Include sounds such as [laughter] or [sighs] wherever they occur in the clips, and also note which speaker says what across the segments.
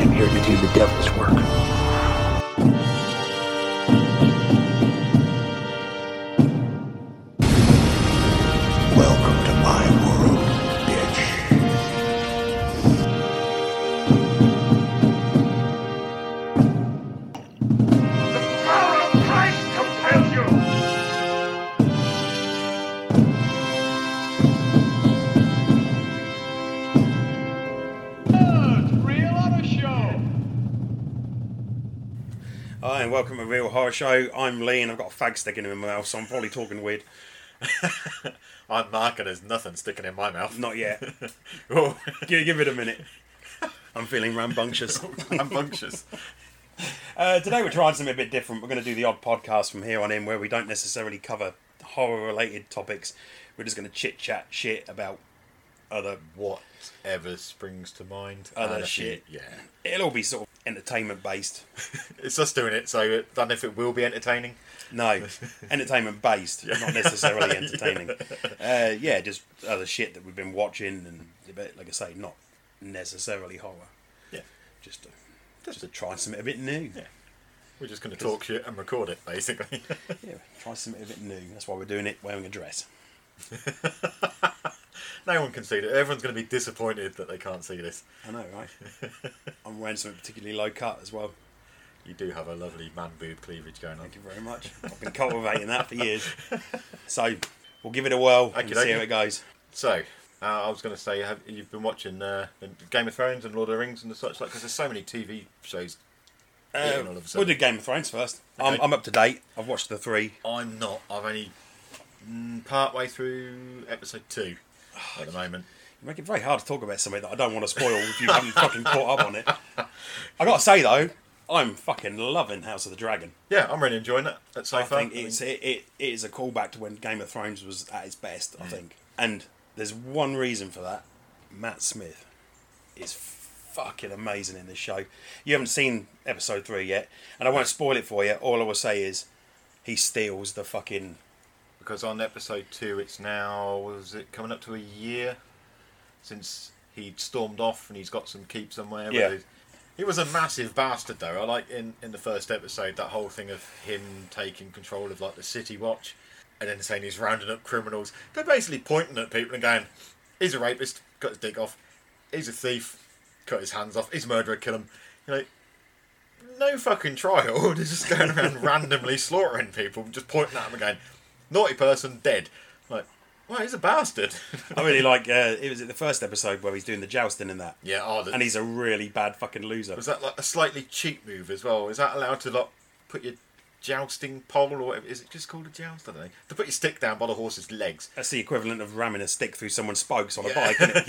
Speaker 1: the devil's work. Welcome to my world, bitch.
Speaker 2: power of Christ compels you. Good, real auto show.
Speaker 3: Hi, and welcome to Real Horror Show. I'm Lee, and I've got a fag sticking in my mouth, so I'm probably talking weird.
Speaker 4: I'm Mark and there's nothing sticking in my
Speaker 3: [laughs]
Speaker 4: mouth.
Speaker 3: Not yet.
Speaker 4: Oh,
Speaker 3: give, give it a minute. I'm feeling rambunctious.
Speaker 4: rambunctious.
Speaker 3: Uh, today we're trying something a bit different. We're going to do the odd podcast from here on in, where we don't necessarily cover horror-related topics. We're just going to chit-chat shit about other.
Speaker 4: Whatever springs to mind.
Speaker 3: Other
Speaker 4: And a few-
Speaker 3: shit.
Speaker 4: yeah.
Speaker 3: It'll all be sort of entertainment-based.
Speaker 4: It's us doing it, so I don't know if it will be entertaining.
Speaker 3: No, entertainment-based, not necessarily entertaining. Uh, yeah, just other shit that we've been watching, and a bit, like I say, not necessarily horror.
Speaker 4: Yeah.
Speaker 3: Just to, just to try something a bit new.
Speaker 4: We're just going to talk shit and record it, basically. [laughs]
Speaker 3: Yeah, try something a bit new. That's why we're doing it wearing a dress.
Speaker 4: no one can see it. Everyone's going to be disappointed that they can't see this.
Speaker 3: I know, right? [laughs] I'm wearing something particularly low cut as well.
Speaker 4: You do have a lovely man boob cleavage going on.
Speaker 3: Thank you very much. I've been cultivating that
Speaker 4: [laughs]
Speaker 3: for years. So we'll give it a whirl and
Speaker 4: Okey-dokey.
Speaker 3: see how it goes.
Speaker 4: So, uh, I was going to say, have, you've been watching uh, Game of Thrones and Lord of the Rings and the such like, because there's so many TV shows. hitting all of a
Speaker 3: Uh, we'll
Speaker 4: sudden.
Speaker 3: do Game of Thrones first. I'm,
Speaker 4: Okay.
Speaker 3: I'm up to date. I've watched the three.
Speaker 4: I'm not. I'm only mm, part way through episode two at
Speaker 3: [sighs]
Speaker 4: the moment.
Speaker 3: You make it very hard to talk about something that I don't want to spoil if you haven't fucking caught up on it. I gotta say though, I'm fucking loving House of the Dragon.
Speaker 4: Yeah, I'm really enjoying it at so
Speaker 3: I
Speaker 4: far.
Speaker 3: think it's it, it, it is a callback to when Game of Thrones was at its best. I think, and there's one reason for that. Matt Smith is fucking amazing in this show. You haven't seen episode three yet, and I won't spoil it for you. All I will say is, he steals the fucking
Speaker 4: because on episode two, it's now was it coming up to a year since he stormed off and he's got some keep somewhere. with
Speaker 3: Yeah.
Speaker 4: his- He was a massive bastard, though. I like in, in the first episode that whole thing of him taking control of like the city watch, and then saying he's rounding up criminals. They're basically pointing at people and going, "He's a rapist, cut his dick off. He's a thief, cut his hands off. He's a murderer, kill him." You know, no fucking trial. [laughs] They're just going
Speaker 3: [laughs]
Speaker 4: around randomly slaughtering people, just pointing at them and going, naughty person, dead. Like, well, he's a bastard.
Speaker 3: I really like. Uh, it was in the first episode where he's doing the jousting and that,
Speaker 4: [laughs] yeah, oh, the,
Speaker 3: and he's a really bad fucking loser.
Speaker 4: was that like a slightly cheap move as well? Is that allowed to like put your jousting pole or whatever? Is it just called a joust? I don't know. To put your stick down by the horse's legs.
Speaker 3: That's the equivalent of ramming a stick through someone's spokes on a bike. Isn't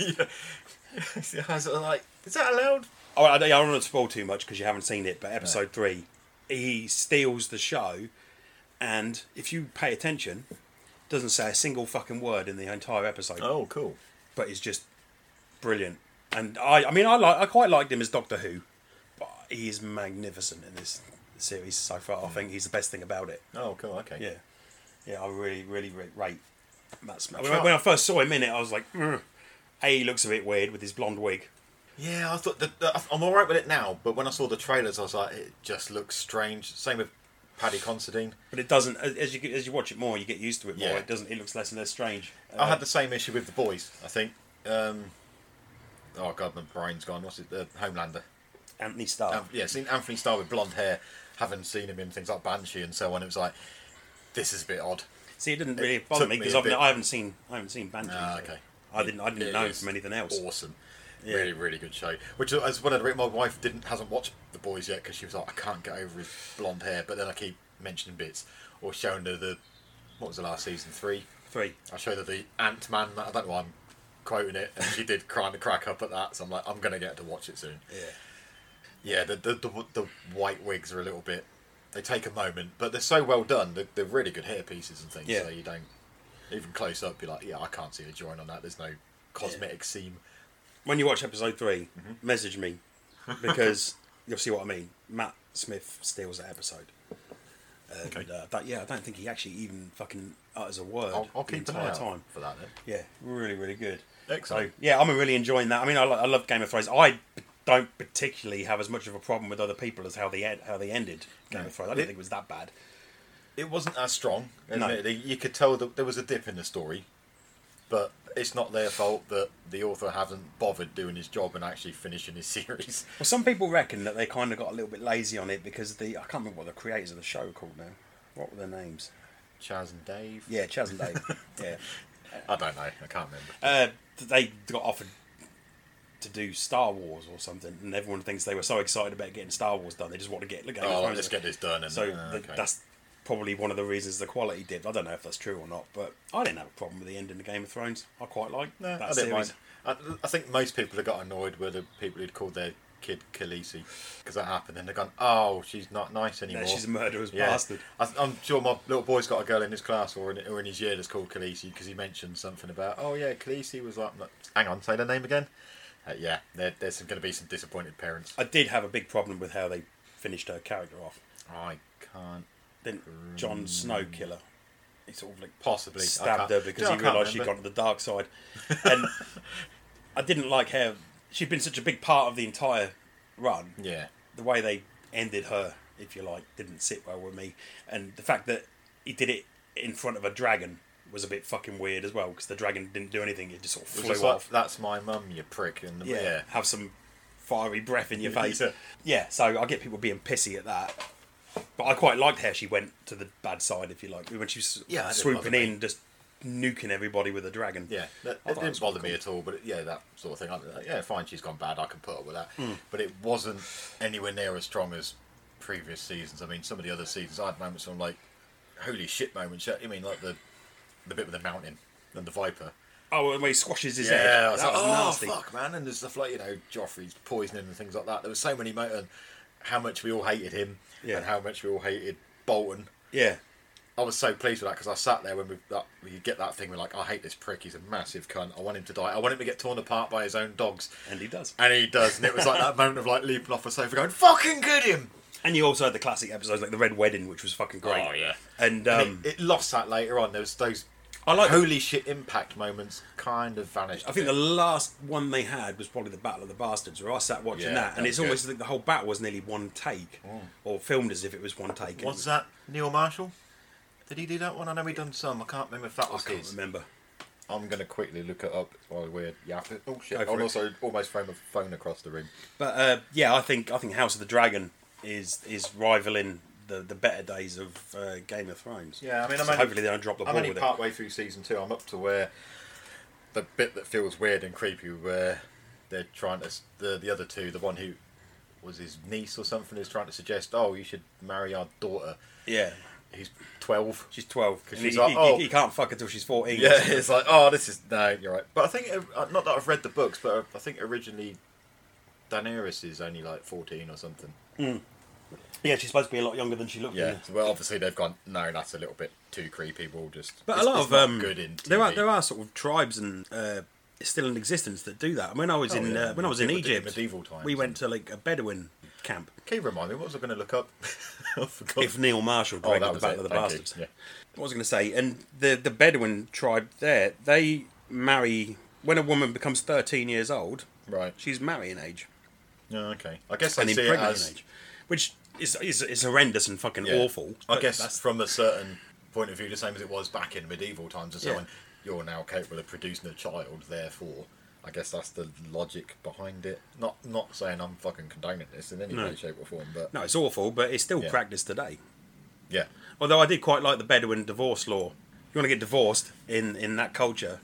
Speaker 4: [laughs]
Speaker 3: it?
Speaker 4: yeah. [laughs] I was sort of like, is that allowed?
Speaker 3: Oh, I, I don't want to spoil too much because you haven't seen it, but episode three, he steals the show, and if you pay attention, doesn't say a single fucking word in the entire episode,
Speaker 4: Oh, cool.
Speaker 3: but it's just brilliant. And I, I mean, I like, I quite liked him as Doctor Who, but he is magnificent in this series so far. I think he's the best thing about it.
Speaker 4: Oh, cool. Okay.
Speaker 3: Yeah, yeah, I really, really re- rate Matt Smith.
Speaker 4: I
Speaker 3: When I,
Speaker 4: can't-
Speaker 3: when I first saw him in it, I was like, "Ugh." a he looks a bit weird with his blonde wig.
Speaker 4: Yeah, I thought that, that- I'm all right with it now, but when I saw the trailers, I was like, it just looks strange. Same with Paddy Considine.
Speaker 3: But it doesn't. As as you as you watch it more, you get used to it more.
Speaker 4: Yeah.
Speaker 3: It doesn't. It looks less and less strange. Uh,
Speaker 4: I had the same issue with the boys. I think. Um, oh god, my brain's gone. What's it? Uh, Homelander.
Speaker 3: Anthony Starr.
Speaker 4: Um, yeah, seen Anthony Starr with blonde hair. Haven't seen him in things like Banshee and so on. It was like, this is a bit odd.
Speaker 3: See, it didn't really
Speaker 4: it
Speaker 3: bother
Speaker 4: took
Speaker 3: me
Speaker 4: me
Speaker 3: because
Speaker 4: a
Speaker 3: I've,
Speaker 4: bit.
Speaker 3: I haven't seen I haven't seen Banjo.
Speaker 4: Ah, okay.
Speaker 3: I didn't. I didn't
Speaker 4: It
Speaker 3: know
Speaker 4: is
Speaker 3: from anything else.
Speaker 4: Awesome. Really, really good show. Which is one of the my wife didn't hasn't watched the boys yet because she was like, I can't get over his blonde hair. But then I keep mentioning bits or showing her the what was the last season three
Speaker 3: Three.
Speaker 4: I showed her the Ant Man. I don't know why I'm quoting it, and she did kind of crack up at that. So I'm like, I'm gonna get her to watch it soon.
Speaker 3: Yeah.
Speaker 4: Yeah, the the, the, the white wigs are a little bit. They take a moment, but they're so well done. They're, they're really good hair pieces and things.
Speaker 3: Yeah.
Speaker 4: So you don't even close up. You're like, yeah, I can't see a join on that. There's no cosmetic seam.
Speaker 3: When you watch episode 3
Speaker 4: Mm-hmm. [laughs]
Speaker 3: message me because you'll see what I mean. Matt Smith steals that episode. And,
Speaker 4: Okay.
Speaker 3: uh, that, yeah, I don't think he actually even fucking utters a word
Speaker 4: I'll, I'll
Speaker 3: the
Speaker 4: keep an eye
Speaker 3: entire
Speaker 4: out
Speaker 3: time.
Speaker 4: for that. Then.
Speaker 3: Yeah, really, really good.
Speaker 4: Excellent.
Speaker 3: So, yeah, I'm really enjoying that. I mean, I, lo- I love Game of Thrones. I don't particularly have as much of a problem with other people as how they end, how they ended Game of Thrones. I don't
Speaker 4: It-
Speaker 3: think it was that bad.
Speaker 4: It wasn't as strong.
Speaker 3: No.
Speaker 4: Admittedly, you could tell that there was a dip in the story, but it's not their fault that the author hasn't bothered doing his job and actually finishing his [laughs] series.
Speaker 3: Well, some people reckon that they kind of got a little bit lazy on it because the I can't remember what the creators of the show were called now. What were their names?
Speaker 4: Chaz and Dave.
Speaker 3: Yeah, Chaz and Dave.
Speaker 4: [laughs]
Speaker 3: yeah,
Speaker 4: I don't know. I can't remember.
Speaker 3: uh, they got offered to do Star Wars or something, and everyone thinks they were so excited about getting Star Wars done, they just want to get the Game of
Speaker 4: Oh,
Speaker 3: Thrones
Speaker 4: let's
Speaker 3: done.
Speaker 4: get this done. And,
Speaker 3: So
Speaker 4: uh,
Speaker 3: th-
Speaker 4: okay.
Speaker 3: that's probably one of the reasons the quality dipped. I don't know if that's true or not, but I didn't have a problem with the ending of Game of Thrones. I quite like
Speaker 4: No,
Speaker 3: that
Speaker 4: I didn't
Speaker 3: series.
Speaker 4: mind. I, I think most people have got annoyed with the people who'd called their kid Khaleesi because that happened, and they've gone, "Oh, she's not nice anymore."
Speaker 3: Yeah, she's a murderous
Speaker 4: Yeah.
Speaker 3: bastard.
Speaker 4: I, I'm sure my little boy's got a girl in his class or in, or in his year that's called Khaleesi because he mentioned something about, "Oh yeah, Khaleesi was like." like, Hang on, say the name again. Uh, yeah, there, there's going to be some disappointed parents.
Speaker 3: I did have a big problem with how they finished her character off.
Speaker 4: I can't
Speaker 3: Then John Snow killer. He sort of like
Speaker 4: Mm. possibly I
Speaker 3: stabbed
Speaker 4: can't-
Speaker 3: her
Speaker 4: Do
Speaker 3: because he
Speaker 4: you know, I can't
Speaker 3: realised she'd gone
Speaker 4: remember.
Speaker 3: to the
Speaker 4: [laughs]
Speaker 3: dark side. And I didn't like how she'd been such a big part of the entire run.
Speaker 4: Yeah,
Speaker 3: The way they ended her, if you like, didn't sit well with me. And the fact that he did it in front of a dragon was a bit fucking weird as well because the dragon didn't do anything. It just sort of
Speaker 4: It was
Speaker 3: flew
Speaker 4: just like,
Speaker 3: off.
Speaker 4: that's my mum, you prick. And the-
Speaker 3: yeah.
Speaker 4: yeah.
Speaker 3: Have some fiery breath in your
Speaker 4: Yeah.
Speaker 3: face. Yeah, so I get people being pissy at that. But I quite liked how she went to the bad side, if you like, when she was
Speaker 4: Yeah, that didn't
Speaker 3: swooping
Speaker 4: bother me.
Speaker 3: in, just nuking everybody with a dragon.
Speaker 4: Yeah, that,
Speaker 3: I
Speaker 4: it
Speaker 3: thought
Speaker 4: didn't
Speaker 3: was
Speaker 4: bother me
Speaker 3: cool.
Speaker 4: at all. But it, yeah, that sort of thing. I, I- yeah, fine, she's gone bad. I can put up with that.
Speaker 3: Hmm.
Speaker 4: But it wasn't anywhere near as strong as previous seasons. I mean, some of the other seasons, I had moments on like, holy shit moments. yeah, I mean, like the the bit with the mountain and the viper.
Speaker 3: Oh, and when he squashes his head,
Speaker 4: Yeah, I
Speaker 3: that
Speaker 4: was
Speaker 3: was
Speaker 4: like, oh
Speaker 3: nasty.
Speaker 4: fuck, man! And there's stuff like you know Joffrey's poisoning and things like that. There were so many mo- and how much we all hated him
Speaker 3: Yeah.
Speaker 4: and how much we all hated Bolton.
Speaker 3: Yeah,
Speaker 4: I was so pleased with that because I sat there when we that we could get that thing. We're like, I hate this prick. He's a massive cunt. I want him to die. I want him to get torn apart by his own dogs.
Speaker 3: and he does.
Speaker 4: And he does. And it was like that [laughs] moment of like leaping off a sofa, going, "Fucking get him!"
Speaker 3: And you also had the classic episodes like the Red Wedding, which was fucking great.
Speaker 4: Oh, yeah. And
Speaker 3: And um,
Speaker 4: it, it lost that later on. There was those
Speaker 3: I like.
Speaker 4: holy shit impact moments kind of vanished.
Speaker 3: I think the last one they had was probably the Battle of the Bastards, where I sat watching
Speaker 4: Yeah,
Speaker 3: that,
Speaker 4: that was
Speaker 3: and
Speaker 4: Oh.
Speaker 3: it's almost like the whole battle was nearly one take, or filmed as if it was one take. and
Speaker 4: was that Neil Marshall? Did he do that one? I know he done some. I can't remember if that
Speaker 3: I
Speaker 4: was
Speaker 3: can't
Speaker 4: his.
Speaker 3: remember.
Speaker 4: I'm gonna quickly look it up while we're yapping. Oh shit!
Speaker 3: Go
Speaker 4: I'll
Speaker 3: for it.
Speaker 4: also almost throw my phone across the room.
Speaker 3: But uh, yeah, I think I think House of the Dragon is is rivaling the, the better days of uh, Game of Thrones.
Speaker 4: Yeah, I mean,
Speaker 3: So
Speaker 4: I'm only-
Speaker 3: hopefully they don't drop the
Speaker 4: I'm
Speaker 3: ball
Speaker 4: only
Speaker 3: with
Speaker 4: part way through season two. I'm up to where the bit that feels weird and creepy, where they're trying to s- the the other two, the one who was his niece or something, is trying to suggest, oh, you should marry our daughter.
Speaker 3: it. Yeah,
Speaker 4: He's twelve. [laughs]
Speaker 3: she's twelve. And
Speaker 4: she's
Speaker 3: he,
Speaker 4: like,
Speaker 3: he-
Speaker 4: oh.
Speaker 3: he can't fuck until she's fourteen.
Speaker 4: Yeah, it's like, oh, this is no, you're right. But I think uh, not that I've read the books, but uh, I think originally Daenerys is only like fourteen or something.
Speaker 3: [laughs] yeah, she's supposed to be a lot younger than she looked.
Speaker 4: Yeah.
Speaker 3: isn't she?
Speaker 4: Well, obviously they've gone. No, that's a little bit too creepy. We'll just.
Speaker 3: But
Speaker 4: it's-
Speaker 3: a lot
Speaker 4: it's
Speaker 3: of
Speaker 4: not
Speaker 3: um,
Speaker 4: good in TV.
Speaker 3: there are there are sort of tribes and uh, still in existence that do that. And when I was
Speaker 4: Oh,
Speaker 3: in
Speaker 4: yeah,
Speaker 3: uh, when I was in
Speaker 4: people did it in
Speaker 3: Egypt,
Speaker 4: medieval times,
Speaker 3: we
Speaker 4: and-
Speaker 3: went to like a Bedouin camp.
Speaker 4: Can you remind me what was I going to look up? [laughs] I forgot.
Speaker 3: If Neil Marshall
Speaker 4: oh,
Speaker 3: directed
Speaker 4: that
Speaker 3: the
Speaker 4: was
Speaker 3: Battle
Speaker 4: it.
Speaker 3: of the
Speaker 4: Thank you.
Speaker 3: Bastards,
Speaker 4: Yeah.
Speaker 3: What was I going to say? And the the Bedouin tribe there, they marry when a woman becomes thirteen years old.
Speaker 4: Right.
Speaker 3: She's marrying age
Speaker 4: Yeah, okay. I guess I
Speaker 3: and
Speaker 4: see it
Speaker 3: impregnating
Speaker 4: as
Speaker 3: age, which is, is is horrendous and fucking
Speaker 4: yeah.
Speaker 3: awful.
Speaker 4: I
Speaker 3: but
Speaker 4: guess
Speaker 3: that's-
Speaker 4: from a certain point of view, the same as it was back in medieval times and so
Speaker 3: Yeah.
Speaker 4: on. You're now capable of producing a child, therefore, I guess that's the logic behind it. Not not saying I'm fucking condoning this in any
Speaker 3: No.
Speaker 4: way, shape, or form, but
Speaker 3: no, it's awful, but it's still
Speaker 4: Yeah.
Speaker 3: practiced today.
Speaker 4: yeah, [laughs]
Speaker 3: Although I did quite like the Bedouin divorce law. You want to get divorced in in that culture,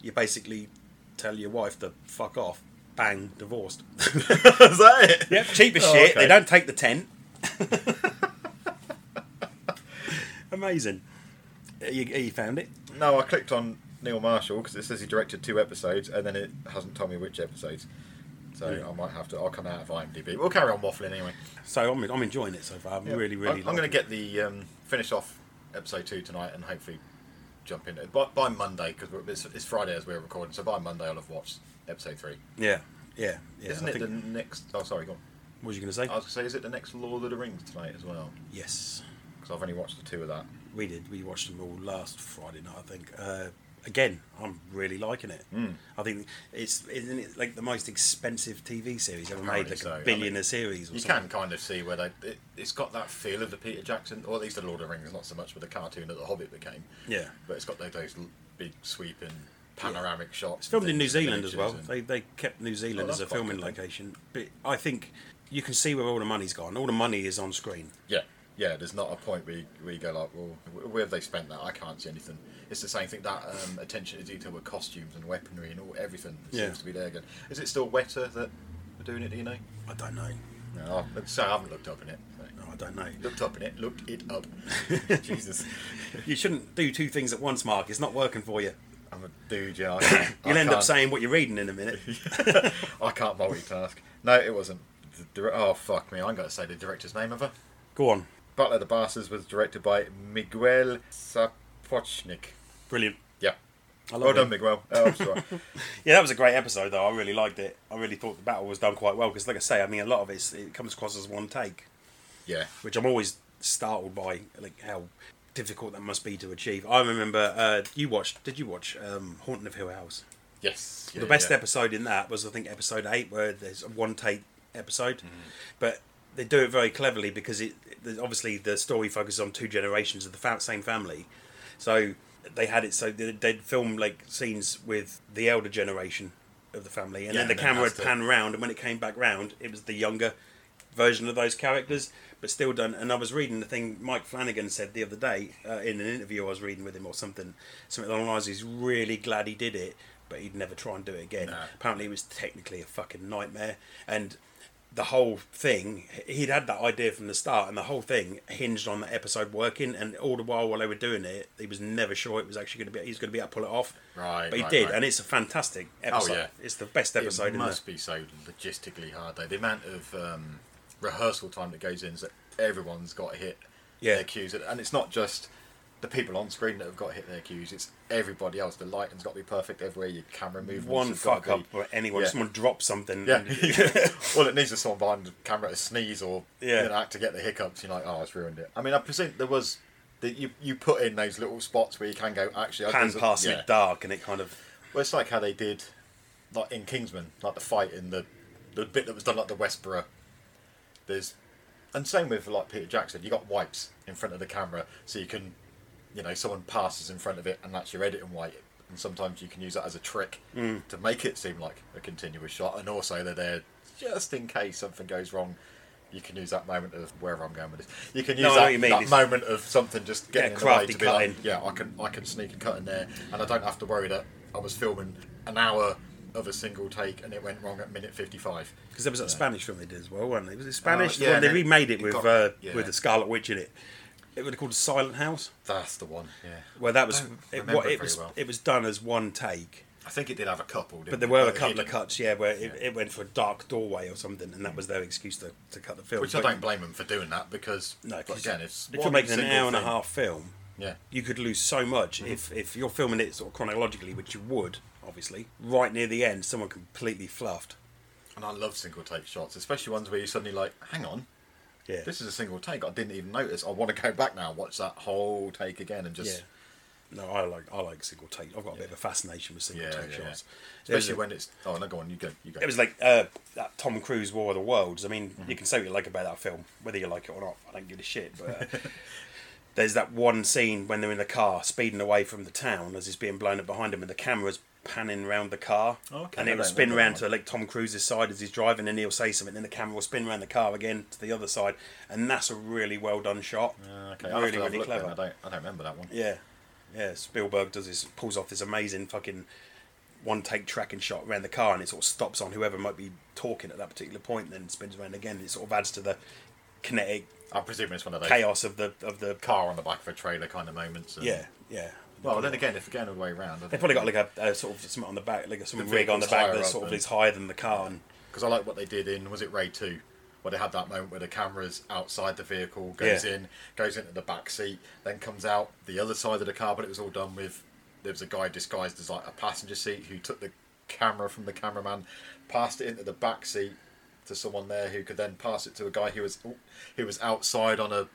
Speaker 3: you basically tell your wife to fuck off. Bang, divorced. [laughs]
Speaker 4: is that it?
Speaker 3: yep, cheap as
Speaker 4: Oh,
Speaker 3: shit.
Speaker 4: okay.
Speaker 3: They don't take the tent. Amazing. You, you found it.
Speaker 4: No, I clicked on Neil Marshall because it says he directed two episodes, and then it hasn't told me which episodes. So I might have to. I'll come out of IMDb. We'll carry on waffling anyway.
Speaker 3: So I'm, I'm enjoying it so far. I'm really,
Speaker 4: I'm-
Speaker 3: really.
Speaker 4: I'm, going to get the um, finish off episode two tonight, and hopefully jump in by, by Monday because it's, it's Friday as we're recording. So by Monday, I'll have watched episode three.
Speaker 3: Yeah, yeah, yeah.
Speaker 4: Isn't
Speaker 3: I
Speaker 4: it
Speaker 3: think,
Speaker 4: the next? Oh, sorry, go on.
Speaker 3: what was you going to say?
Speaker 4: I was going to say, is it the next Lord of the Rings tonight as well?
Speaker 3: yes,
Speaker 4: Because I've only watched the two of that.
Speaker 3: we did. We watched them all last Friday night, I think. Uh, again, I'm really liking it.
Speaker 4: Hmm.
Speaker 3: I think it's isn't it like the most expensive TV series ever made,
Speaker 4: Apparently
Speaker 3: like
Speaker 4: so. I
Speaker 3: a
Speaker 4: mean,
Speaker 3: billion a series. Or
Speaker 4: You
Speaker 3: something.
Speaker 4: can kind of see where they it, it's got that feel of the Peter Jackson, or at least the Lord of the Rings, not so much with the cartoon that the Hobbit became.
Speaker 3: Yeah.
Speaker 4: but it's got those, those l- big sweeping panoramic shots.
Speaker 3: It's filmed in
Speaker 4: and
Speaker 3: New
Speaker 4: things and
Speaker 3: Zealand as well.
Speaker 4: pictures and-
Speaker 3: They, they kept New Zealand
Speaker 4: Oh,
Speaker 3: as a
Speaker 4: that's quite
Speaker 3: filming
Speaker 4: good then.
Speaker 3: location. But I think you can see where all the money's gone. All the money is on screen.
Speaker 4: Yeah, yeah. There's not a point where you, where you go like, well, wh- where have they spent that? I can't see anything. It's the same thing that um, attention to detail with costumes and weaponry and all everything
Speaker 3: Yeah.
Speaker 4: seems to be there again. Is it still wetter that we're doing it? Do you know?
Speaker 3: I don't know.
Speaker 4: No, I, so I haven't looked up in it. so.
Speaker 3: No, I don't know.
Speaker 4: Looked up in it. Looked it
Speaker 3: [laughs]
Speaker 4: up. Jesus,
Speaker 3: You shouldn't do two things at once, Mark. It's not working for you.
Speaker 4: I'm a dude. Yeah, I can't- [coughs] I
Speaker 3: You'll end up
Speaker 4: can't-
Speaker 3: saying what you're reading in
Speaker 4: [laughs]
Speaker 3: a minute.
Speaker 4: I can't multitask. No, it wasn't. The dir- oh fuck me! I'm going to say the director's name of her.
Speaker 3: Go on.
Speaker 4: Butler of the Bastards was directed by Miguel Sapochnik.
Speaker 3: Brilliant.
Speaker 4: Yeah.
Speaker 3: I love
Speaker 4: Well done,
Speaker 3: it.
Speaker 4: Miguel. Oh, I'm
Speaker 3: [laughs]
Speaker 4: sorry.
Speaker 3: Yeah, that was a great episode, though. I really liked it. I really thought the battle was done quite well because, like I say, I mean, a lot of it's, it comes across as one take,
Speaker 4: yeah.
Speaker 3: which I'm always startled by, like how difficult that must be to achieve. I remember uh, you watched. Did you watch um, Haunting of Hill House?
Speaker 4: Yes.
Speaker 3: the best episode in that was I think episode eight, where there's a one take episode,
Speaker 4: Mm-hmm.
Speaker 3: but they do it very cleverly because it there's- obviously the story focuses on two generations of the fa- same family, so they had it so they- they'd film like scenes with the elder generation of the family, and
Speaker 4: Yeah,
Speaker 3: then the
Speaker 4: and then
Speaker 3: camera would
Speaker 4: that's the-
Speaker 3: pan round, and when it came back round, it was the younger version of those characters, but still done. And I was reading the thing Mike Flanagan said the other day uh, in an interview I was reading with him or something, something along the lines. He's really glad he did it, but he'd never try and do it again.
Speaker 4: No.
Speaker 3: Apparently, it was technically a fucking nightmare, and the whole thing he'd had that idea from the start, and the whole thing hinged on that episode working. And all the while while they were doing it, he was never sure it was actually going to be. He was going to be able to pull it off.
Speaker 4: Right,
Speaker 3: but he
Speaker 4: right,
Speaker 3: did,
Speaker 4: right. Oh,
Speaker 3: and it's a fantastic episode.
Speaker 4: yeah.
Speaker 3: It's the best episode.
Speaker 4: It
Speaker 3: in the,
Speaker 4: must be so logistically hard, though. The amount of um, rehearsal time that goes in is that everyone's got to hit
Speaker 3: Yeah.
Speaker 4: their cues. And it's not just the people on screen that have got to hit their cues, it's everybody else. The lighting's got to be perfect everywhere, your camera movements.
Speaker 3: one
Speaker 4: have got
Speaker 3: fuck
Speaker 4: to
Speaker 3: up
Speaker 4: be-
Speaker 3: or anyone,
Speaker 4: Yeah.
Speaker 3: someone drops something.
Speaker 4: Yeah. [laughs]
Speaker 3: and-
Speaker 4: well, it needs someone behind the camera to sneeze or
Speaker 3: Yeah.
Speaker 4: you know, to get the hiccups. You're like, oh, it's ruined it. I mean, I presume there was that you you put in those little spots where you can go. Actually, I
Speaker 3: pan
Speaker 4: there's a-
Speaker 3: past
Speaker 4: yeah.
Speaker 3: dark and it kind of
Speaker 4: Well, it's like how they did, like in Kingsman, like the fight in the the bit that was done like the Westboro. There's, and same with like Peter Jackson. You got wipes in front of the camera, so you can, you know, someone passes in front of it, and that's your editing wipe. And sometimes you can use that as a trick
Speaker 3: Mm.
Speaker 4: to make it seem like a continuous shot, and also they're there just in case something goes wrong. You can use that moment of wherever I'm going with this. You can use
Speaker 3: No, I know what
Speaker 4: that,
Speaker 3: you mean.
Speaker 4: that
Speaker 3: It's-
Speaker 4: moment of something just getting in the way
Speaker 3: crafty
Speaker 4: to be like,
Speaker 3: cutting.
Speaker 4: yeah, I can I can sneak a cut in there, and I don't have to worry that I was filming an hour of a single take and it went wrong at minute fifty-five.
Speaker 3: because there was that Spanish film they did as well, wasn't it? Was it Spanish?
Speaker 4: Oh,
Speaker 3: The
Speaker 4: yeah,
Speaker 3: one they
Speaker 4: and it-
Speaker 3: remade it
Speaker 4: it
Speaker 3: with
Speaker 4: got-
Speaker 3: uh,
Speaker 4: yeah.
Speaker 3: with the Scarlet Witch in it. It would have called Silent House.
Speaker 4: That's the one. Yeah.
Speaker 3: Well, that was
Speaker 4: don't
Speaker 3: it,
Speaker 4: remember
Speaker 3: what
Speaker 4: it
Speaker 3: it
Speaker 4: very
Speaker 3: was.
Speaker 4: well. Oh,
Speaker 3: It was done as one take,
Speaker 4: I think it did have a couple. Didn't
Speaker 3: but there
Speaker 4: it?
Speaker 3: were a
Speaker 4: Like,
Speaker 3: couple of
Speaker 4: hidden-
Speaker 3: cuts, yeah, where it, it went for a dark doorway or something, and that was their excuse to, to cut the film.
Speaker 4: Mm. Which I
Speaker 3: But-
Speaker 4: don't blame them for doing that because
Speaker 3: No, because
Speaker 4: again, it's
Speaker 3: if you're
Speaker 4: one
Speaker 3: making an
Speaker 4: single
Speaker 3: hour and a
Speaker 4: thing.
Speaker 3: half film,
Speaker 4: Yeah. Mm-hmm.
Speaker 3: you could lose so much if, if you're filming it sort of chronologically, which you would obviously. Right near the end, someone completely fluffed.
Speaker 4: And I love single take shots, especially ones where you suddenly like, hang on,
Speaker 3: Yeah,
Speaker 4: this is a single take. I didn't even notice. I want to go back now, and watch that whole take again, and just.
Speaker 3: Yeah. No, I like I like single take. I've got a bit of a fascination with single
Speaker 4: Yeah,
Speaker 3: take
Speaker 4: yeah,
Speaker 3: shots. It was
Speaker 4: Especially
Speaker 3: a-
Speaker 4: when it's oh no, go on, you go, you go.
Speaker 3: it was like uh, that Tom Cruise War of the Worlds. I mean, you can say what you like about that film, whether you like it or not. I don't give a shit. But uh,
Speaker 4: [laughs]
Speaker 3: there's that one scene when they're in the car speeding away from the town as it's being blown up behind them, and the camera's panning round the car,
Speaker 4: Oh, okay.
Speaker 3: and it
Speaker 4: I
Speaker 3: will
Speaker 4: don't
Speaker 3: spin
Speaker 4: remember that
Speaker 3: round
Speaker 4: one.
Speaker 3: to like Tom Cruise's side as he's driving, and he'll say something, and the camera will spin round the car again to the other side, and that's a really well done shot.
Speaker 4: Ah, okay, I'll have
Speaker 3: really,
Speaker 4: to have a
Speaker 3: really
Speaker 4: look then.
Speaker 3: clever.
Speaker 4: I don't, I don't remember that one.
Speaker 3: Yeah, yeah. Spielberg does this, pulls off this amazing fucking one take tracking shot around the car, and it sort of stops on whoever might be talking at that particular point, then spins around again. And it sort of adds to the kinetic
Speaker 4: I'm presuming it's one of those
Speaker 3: chaos of the of the car.
Speaker 4: car on the back of a trailer kind of moments. And,
Speaker 3: Yeah, yeah.
Speaker 4: Well, then again, if they're going all the way around,
Speaker 3: They've probably got like a, a sort of something on the back, like some
Speaker 4: The
Speaker 3: rig on the
Speaker 4: vehicle's
Speaker 3: back
Speaker 4: higher
Speaker 3: that
Speaker 4: up
Speaker 3: sort of
Speaker 4: and-
Speaker 3: is higher than the car, and
Speaker 4: because I like what they did in was it Ray Two, where they had that moment where the camera's outside the vehicle, goes
Speaker 3: Yeah.
Speaker 4: in, goes into the back seat, then comes out the other side of the car. But it was all done with there was a guy disguised as like a passenger seat who took the camera from the cameraman, passed it into the back seat to someone there who could then pass it to a guy who was who was outside on a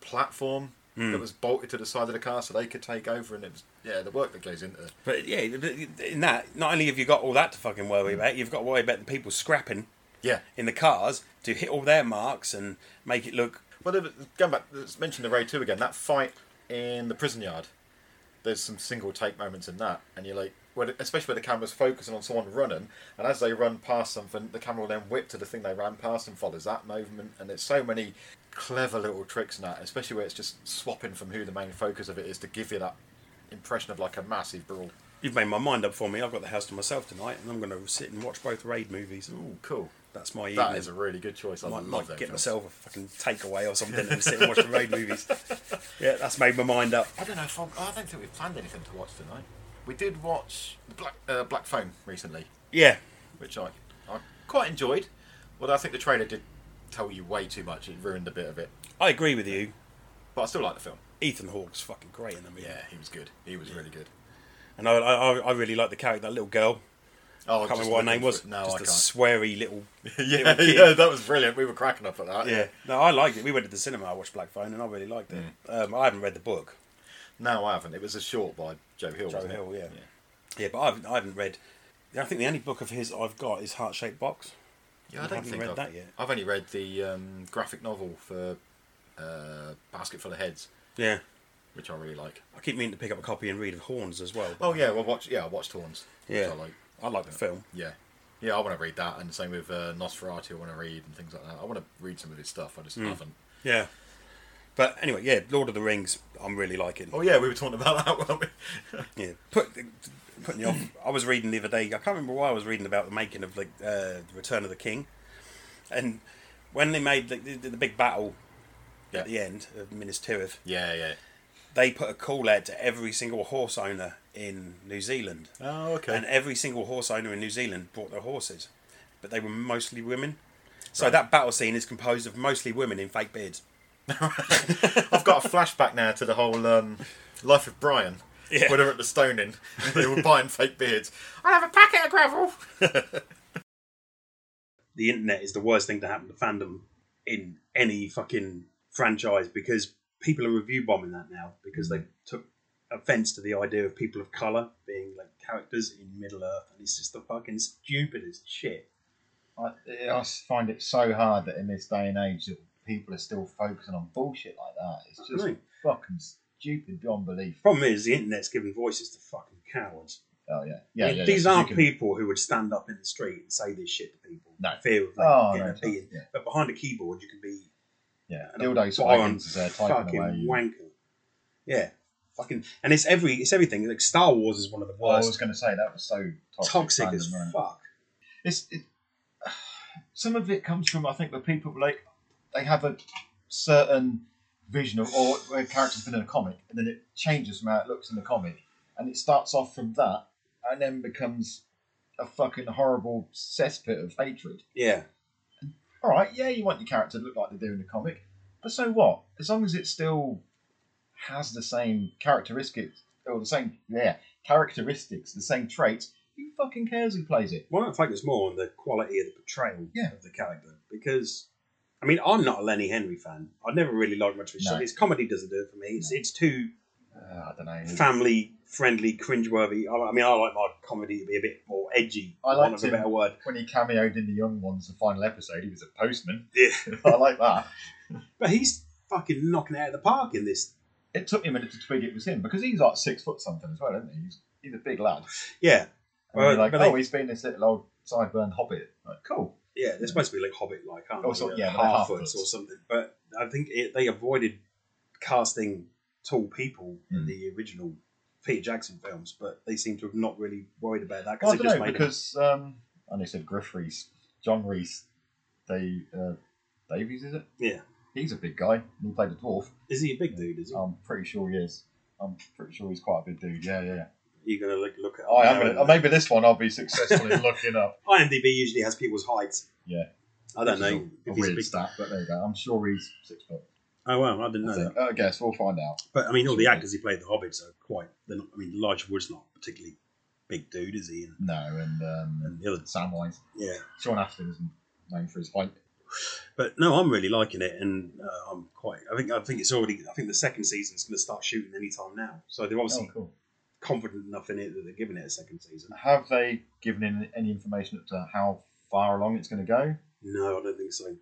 Speaker 4: platform that was bolted to the side of the car so they could take over. And it was, yeah, the work that goes into it.
Speaker 3: But yeah, in that, not only have you got all that to fucking worry about, you've got to worry about the people scrapping
Speaker 4: Yeah.
Speaker 3: in the cars to hit all their marks and make it look.
Speaker 4: Well, there was- going back, let's mention the Raid 2 again. That fight in the prison yard, there's some single take moments in that. And you're like, when, especially where the camera's focusing on someone running, and as they run past something, the camera will then whip to the thing they ran past and follows that movement. And there's so many clever little tricks in that, especially where it's just swapping from who the main focus of it is to give you that impression of like a massive brawl.
Speaker 3: You've made my mind up for me. I've got the house to myself tonight, and I'm going to sit and watch both raid movies.
Speaker 4: Ooh, cool.
Speaker 3: That's my evening.
Speaker 4: That is a really good choice. I
Speaker 3: might,
Speaker 4: love
Speaker 3: might
Speaker 4: that.
Speaker 3: get myself a fucking takeaway or something and sit and watch the
Speaker 4: [laughs]
Speaker 3: raid movies. Yeah, that's made my mind up.
Speaker 4: I don't know if I'm, I don't think we've planned anything to watch tonight. We did watch the Black uh, Black Phone recently,
Speaker 3: Yeah,
Speaker 4: which I I quite enjoyed. Although I think the trailer did tell you way too much; it ruined a bit of it.
Speaker 3: I agree with you.
Speaker 4: But I still like the film.
Speaker 3: Ethan Hawke's fucking great in the movie.
Speaker 4: he was good. He was really good.
Speaker 3: And I, I, I really like the character, that little girl.
Speaker 4: Oh,
Speaker 3: I can't
Speaker 4: just
Speaker 3: remember what
Speaker 4: looking
Speaker 3: her name
Speaker 4: for
Speaker 3: was.
Speaker 4: it- No,
Speaker 3: Just
Speaker 4: I
Speaker 3: a
Speaker 4: can't.
Speaker 3: sweary little.
Speaker 4: [laughs] yeah,
Speaker 3: little kid.
Speaker 4: yeah, that was brilliant. We were cracking up at that.
Speaker 3: Yeah. No, I liked it. We went to the cinema. I watched Black Phone, and I really liked it.
Speaker 4: Mm.
Speaker 3: Um, I haven't read the book.
Speaker 4: No, I haven't. It was a short by Joe Hill.
Speaker 3: Joe
Speaker 4: wasn't it?
Speaker 3: Hill, yeah. yeah, but I haven't, I haven't read. I think the only book of his I've got is Heart Shaped Box.
Speaker 4: Yeah,
Speaker 3: I
Speaker 4: I don't
Speaker 3: haven't
Speaker 4: think
Speaker 3: read
Speaker 4: I've,
Speaker 3: that yet.
Speaker 4: I've only read the um, graphic novel for uh, Basket Full of Heads,
Speaker 3: Yeah,
Speaker 4: which I really like.
Speaker 3: I keep meaning to pick up a copy and read of Horns as well.
Speaker 4: Oh yeah, well watch yeah, I watched Horns. which
Speaker 3: Yeah.
Speaker 4: I like.
Speaker 3: I like the film.
Speaker 4: Yeah, yeah, I want to read that, and same with uh, Nosferatu. I want to read and things like that. I want to read some of his stuff. I just haven't.
Speaker 3: Yeah, but anyway, yeah, Lord of the Rings. I'm really liking.
Speaker 4: Oh yeah, we were talking about [laughs] that, weren't we?
Speaker 3: Yeah, put putting you off. I was reading the other day. I can't remember why I was reading about the making of like uh, the Return of the King, and when they made like, the, the, the big battle
Speaker 4: yeah.
Speaker 3: at the end of Minas Tirith,
Speaker 4: yeah, yeah.
Speaker 3: they put a call out to every single horse owner in New Zealand,
Speaker 4: Oh okay.
Speaker 3: and every single horse owner in New Zealand brought their horses, but they were mostly women. So that battle scene is composed of mostly women in fake beards.
Speaker 4: I've got a flashback now to the whole um, life of Brian.
Speaker 3: Yeah.
Speaker 4: When they were at the stoning, [laughs] they were buying fake beards. I'll have a packet of gravel.
Speaker 3: the internet is the worst thing to happen to fandom in any fucking franchise because people are review bombing that now because they took offense to the idea of people of color being like characters in Middle Earth, and it's just the fucking stupidest shit.
Speaker 4: I, I find it so hard that in this day and age that people are still focusing on bullshit like that. It's
Speaker 3: just Right.
Speaker 4: fucking stupid beyond belief.
Speaker 3: Problem is, the internet's giving voices to fucking cowards.
Speaker 4: Oh yeah,
Speaker 3: Like, these aren't people who would stand up in the street and say this shit to people.
Speaker 4: No.
Speaker 3: fear of like,
Speaker 4: Oh,
Speaker 3: getting
Speaker 4: no,
Speaker 3: a beating.
Speaker 4: yeah.
Speaker 3: But behind a keyboard, you can be
Speaker 4: Yeah,
Speaker 3: and a
Speaker 4: dildo
Speaker 3: foreign
Speaker 4: swagons there typing
Speaker 3: fucking
Speaker 4: away.
Speaker 3: wanker. Yeah, fucking, and it's every it's everything. Like Star Wars is one of the
Speaker 4: Well, I was
Speaker 3: worst,
Speaker 4: going to say that was so toxic,
Speaker 3: toxic
Speaker 4: fandom,
Speaker 3: as
Speaker 4: wasn't it?
Speaker 3: fuck.
Speaker 4: It's, it, [sighs] some of it comes from I think where people like they have a certain vision of or where a character's been in a comic, and then it changes from how it looks in the comic, and it starts off from that, and then becomes a fucking horrible cesspit of hatred.
Speaker 3: Yeah,
Speaker 4: All right, yeah, you want your character to look like they do in the comic, but so what? As long as it still has the same characteristics or the same yeah characteristics, the same traits, who fucking cares who plays it?
Speaker 3: why not focus more on the quality of the portrayal
Speaker 4: Yeah.
Speaker 3: of the character? Because, I mean, I'm not a Lenny Henry fan. I never really liked much of his
Speaker 4: No.
Speaker 3: stuff. His comedy doesn't do it for me. It's it's too
Speaker 4: Uh, I don't know.
Speaker 3: family friendly, cringeworthy. I, I mean, I like my comedy to be a bit more edgy.
Speaker 4: I
Speaker 3: for
Speaker 4: liked
Speaker 3: want of a
Speaker 4: him.
Speaker 3: better word.
Speaker 4: When he cameoed in the Young Ones, the final episode, he was a postman.
Speaker 3: Yeah,
Speaker 4: [laughs] I like that.
Speaker 3: but he's fucking knocking it out of the park in this.
Speaker 4: It took me a minute to twig it was him because he's like six foot something as well, isn't he? He's, he's a big lad.
Speaker 3: Yeah,
Speaker 4: And well,
Speaker 3: Well,
Speaker 4: like,
Speaker 3: but
Speaker 4: oh,
Speaker 3: they-
Speaker 4: he's been this little old sideburn hobbit. Like, cool.
Speaker 3: Yeah, they're supposed to be like Hobbit like, aren't
Speaker 4: Or
Speaker 3: they?
Speaker 4: sort-
Speaker 3: yeah,
Speaker 4: Oh, yeah, they're
Speaker 3: half
Speaker 4: half-foots.
Speaker 3: or something. But I think it, they avoided casting tall people in
Speaker 4: Mm.
Speaker 3: the original Peter Jackson films, but they seem to have not really worried about that
Speaker 4: Well, Oh, I
Speaker 3: they
Speaker 4: don't
Speaker 3: just
Speaker 4: know
Speaker 3: made
Speaker 4: because um, and they said Griff Reese, John Reese, they uh, Davies is it?
Speaker 3: them. Yeah.
Speaker 4: He's a big guy. and He played a dwarf.
Speaker 3: Is he a big dude? Is he?
Speaker 4: I'm pretty sure he is. I'm pretty sure he's quite a big dude. Yeah, yeah.
Speaker 3: You're going to look, look at
Speaker 4: I am. Gonna, uh, maybe this one I'll be
Speaker 3: [laughs]
Speaker 4: successful in looking up.
Speaker 3: IMDb usually has people's heights.
Speaker 4: Yeah.
Speaker 3: I don't know.
Speaker 4: A
Speaker 3: if he's a
Speaker 4: weird
Speaker 3: big-
Speaker 4: stat, but there you go. I'm sure he's six foot.
Speaker 3: Oh, well, I didn't
Speaker 4: I
Speaker 3: know that.
Speaker 4: think. I guess we'll find out.
Speaker 3: But I mean, all the actors who played the Hobbits are quite. They're not, I mean, Elijah Wood's not a particularly big dude, is he? And,
Speaker 4: No, and um,
Speaker 3: and the other.
Speaker 4: Samwise.
Speaker 3: Yeah.
Speaker 4: Sean Astin is known for his height.
Speaker 3: But no, I'm really liking it, and uh, I'm quite. I think I think it's already. I think the second season's going to start shooting any time now. So they're obviously
Speaker 4: Oh, cool.
Speaker 3: confident enough in it that they're giving it a second season.
Speaker 4: Have they given in any information as to how far along it's going to go?
Speaker 3: No, I don't think so.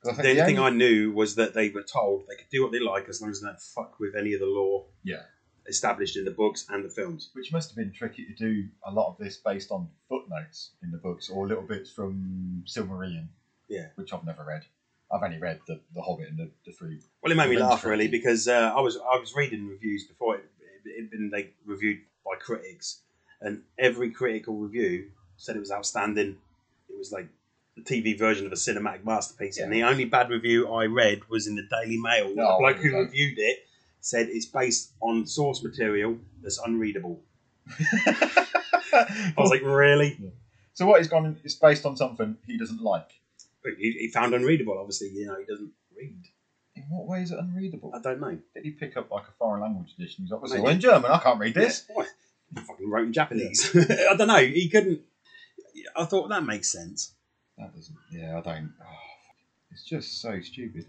Speaker 4: 'Cause I
Speaker 3: The only thing
Speaker 4: only-
Speaker 3: I knew was that they were told they could do what they like as long as they don't fuck with any of the law
Speaker 4: yeah,
Speaker 3: established in the books and the films.
Speaker 4: which must have been tricky to do a lot of this based on footnotes in the books or little bits from Silmarillion.
Speaker 3: Yeah.
Speaker 4: which I've never read. I've only read the, the Hobbit and the, the three. [laughs]
Speaker 3: Well, it made me
Speaker 4: Revenge
Speaker 3: laugh really
Speaker 4: Trilogy.
Speaker 3: because uh, I was I was reading reviews before it it had been like reviewed by critics, and every critical review said it was outstanding. It was like the TV version of a cinematic masterpiece, and the only bad review I read was in the Daily Mail. the
Speaker 4: No,
Speaker 3: bloke who
Speaker 4: no.
Speaker 3: reviewed it said it's based on source material that's unreadable. I was like, really?
Speaker 4: so what he's gone is based on something he doesn't like.
Speaker 3: He, he found unreadable. Obviously, you know he doesn't read.
Speaker 4: In what way is it unreadable?
Speaker 3: I don't know.
Speaker 4: Did he pick up like a foreign language edition? He's like,
Speaker 3: Maybe.
Speaker 4: well, in German, I can't read this.
Speaker 3: Yeah. Why? He fucking wrote in Japanese. [laughs] I don't know. He couldn't. I thought that makes sense.
Speaker 4: That doesn't. Yeah, I don't. oh, it's just so stupid.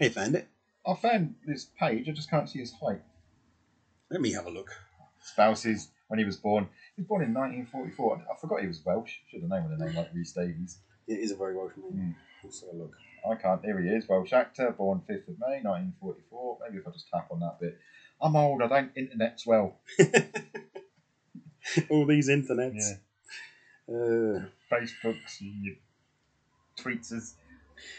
Speaker 3: He found it.
Speaker 4: I found this page. I just can't see his height.
Speaker 3: Let me have a look.
Speaker 4: Spouses when he was born. He was born in 1944. I forgot he was Welsh. Should have known with a name like Rhys Davies.
Speaker 3: It is a very Welsh
Speaker 4: Hmm.
Speaker 3: name. Let's have a look.
Speaker 4: I can't. Here he is, Welsh actor, born 5th of May 1944. Maybe if I just tap on that bit. I'm old. I don't internet's well.
Speaker 3: [laughs] All these internets. Uh,
Speaker 4: Facebooks and your tweets. Is,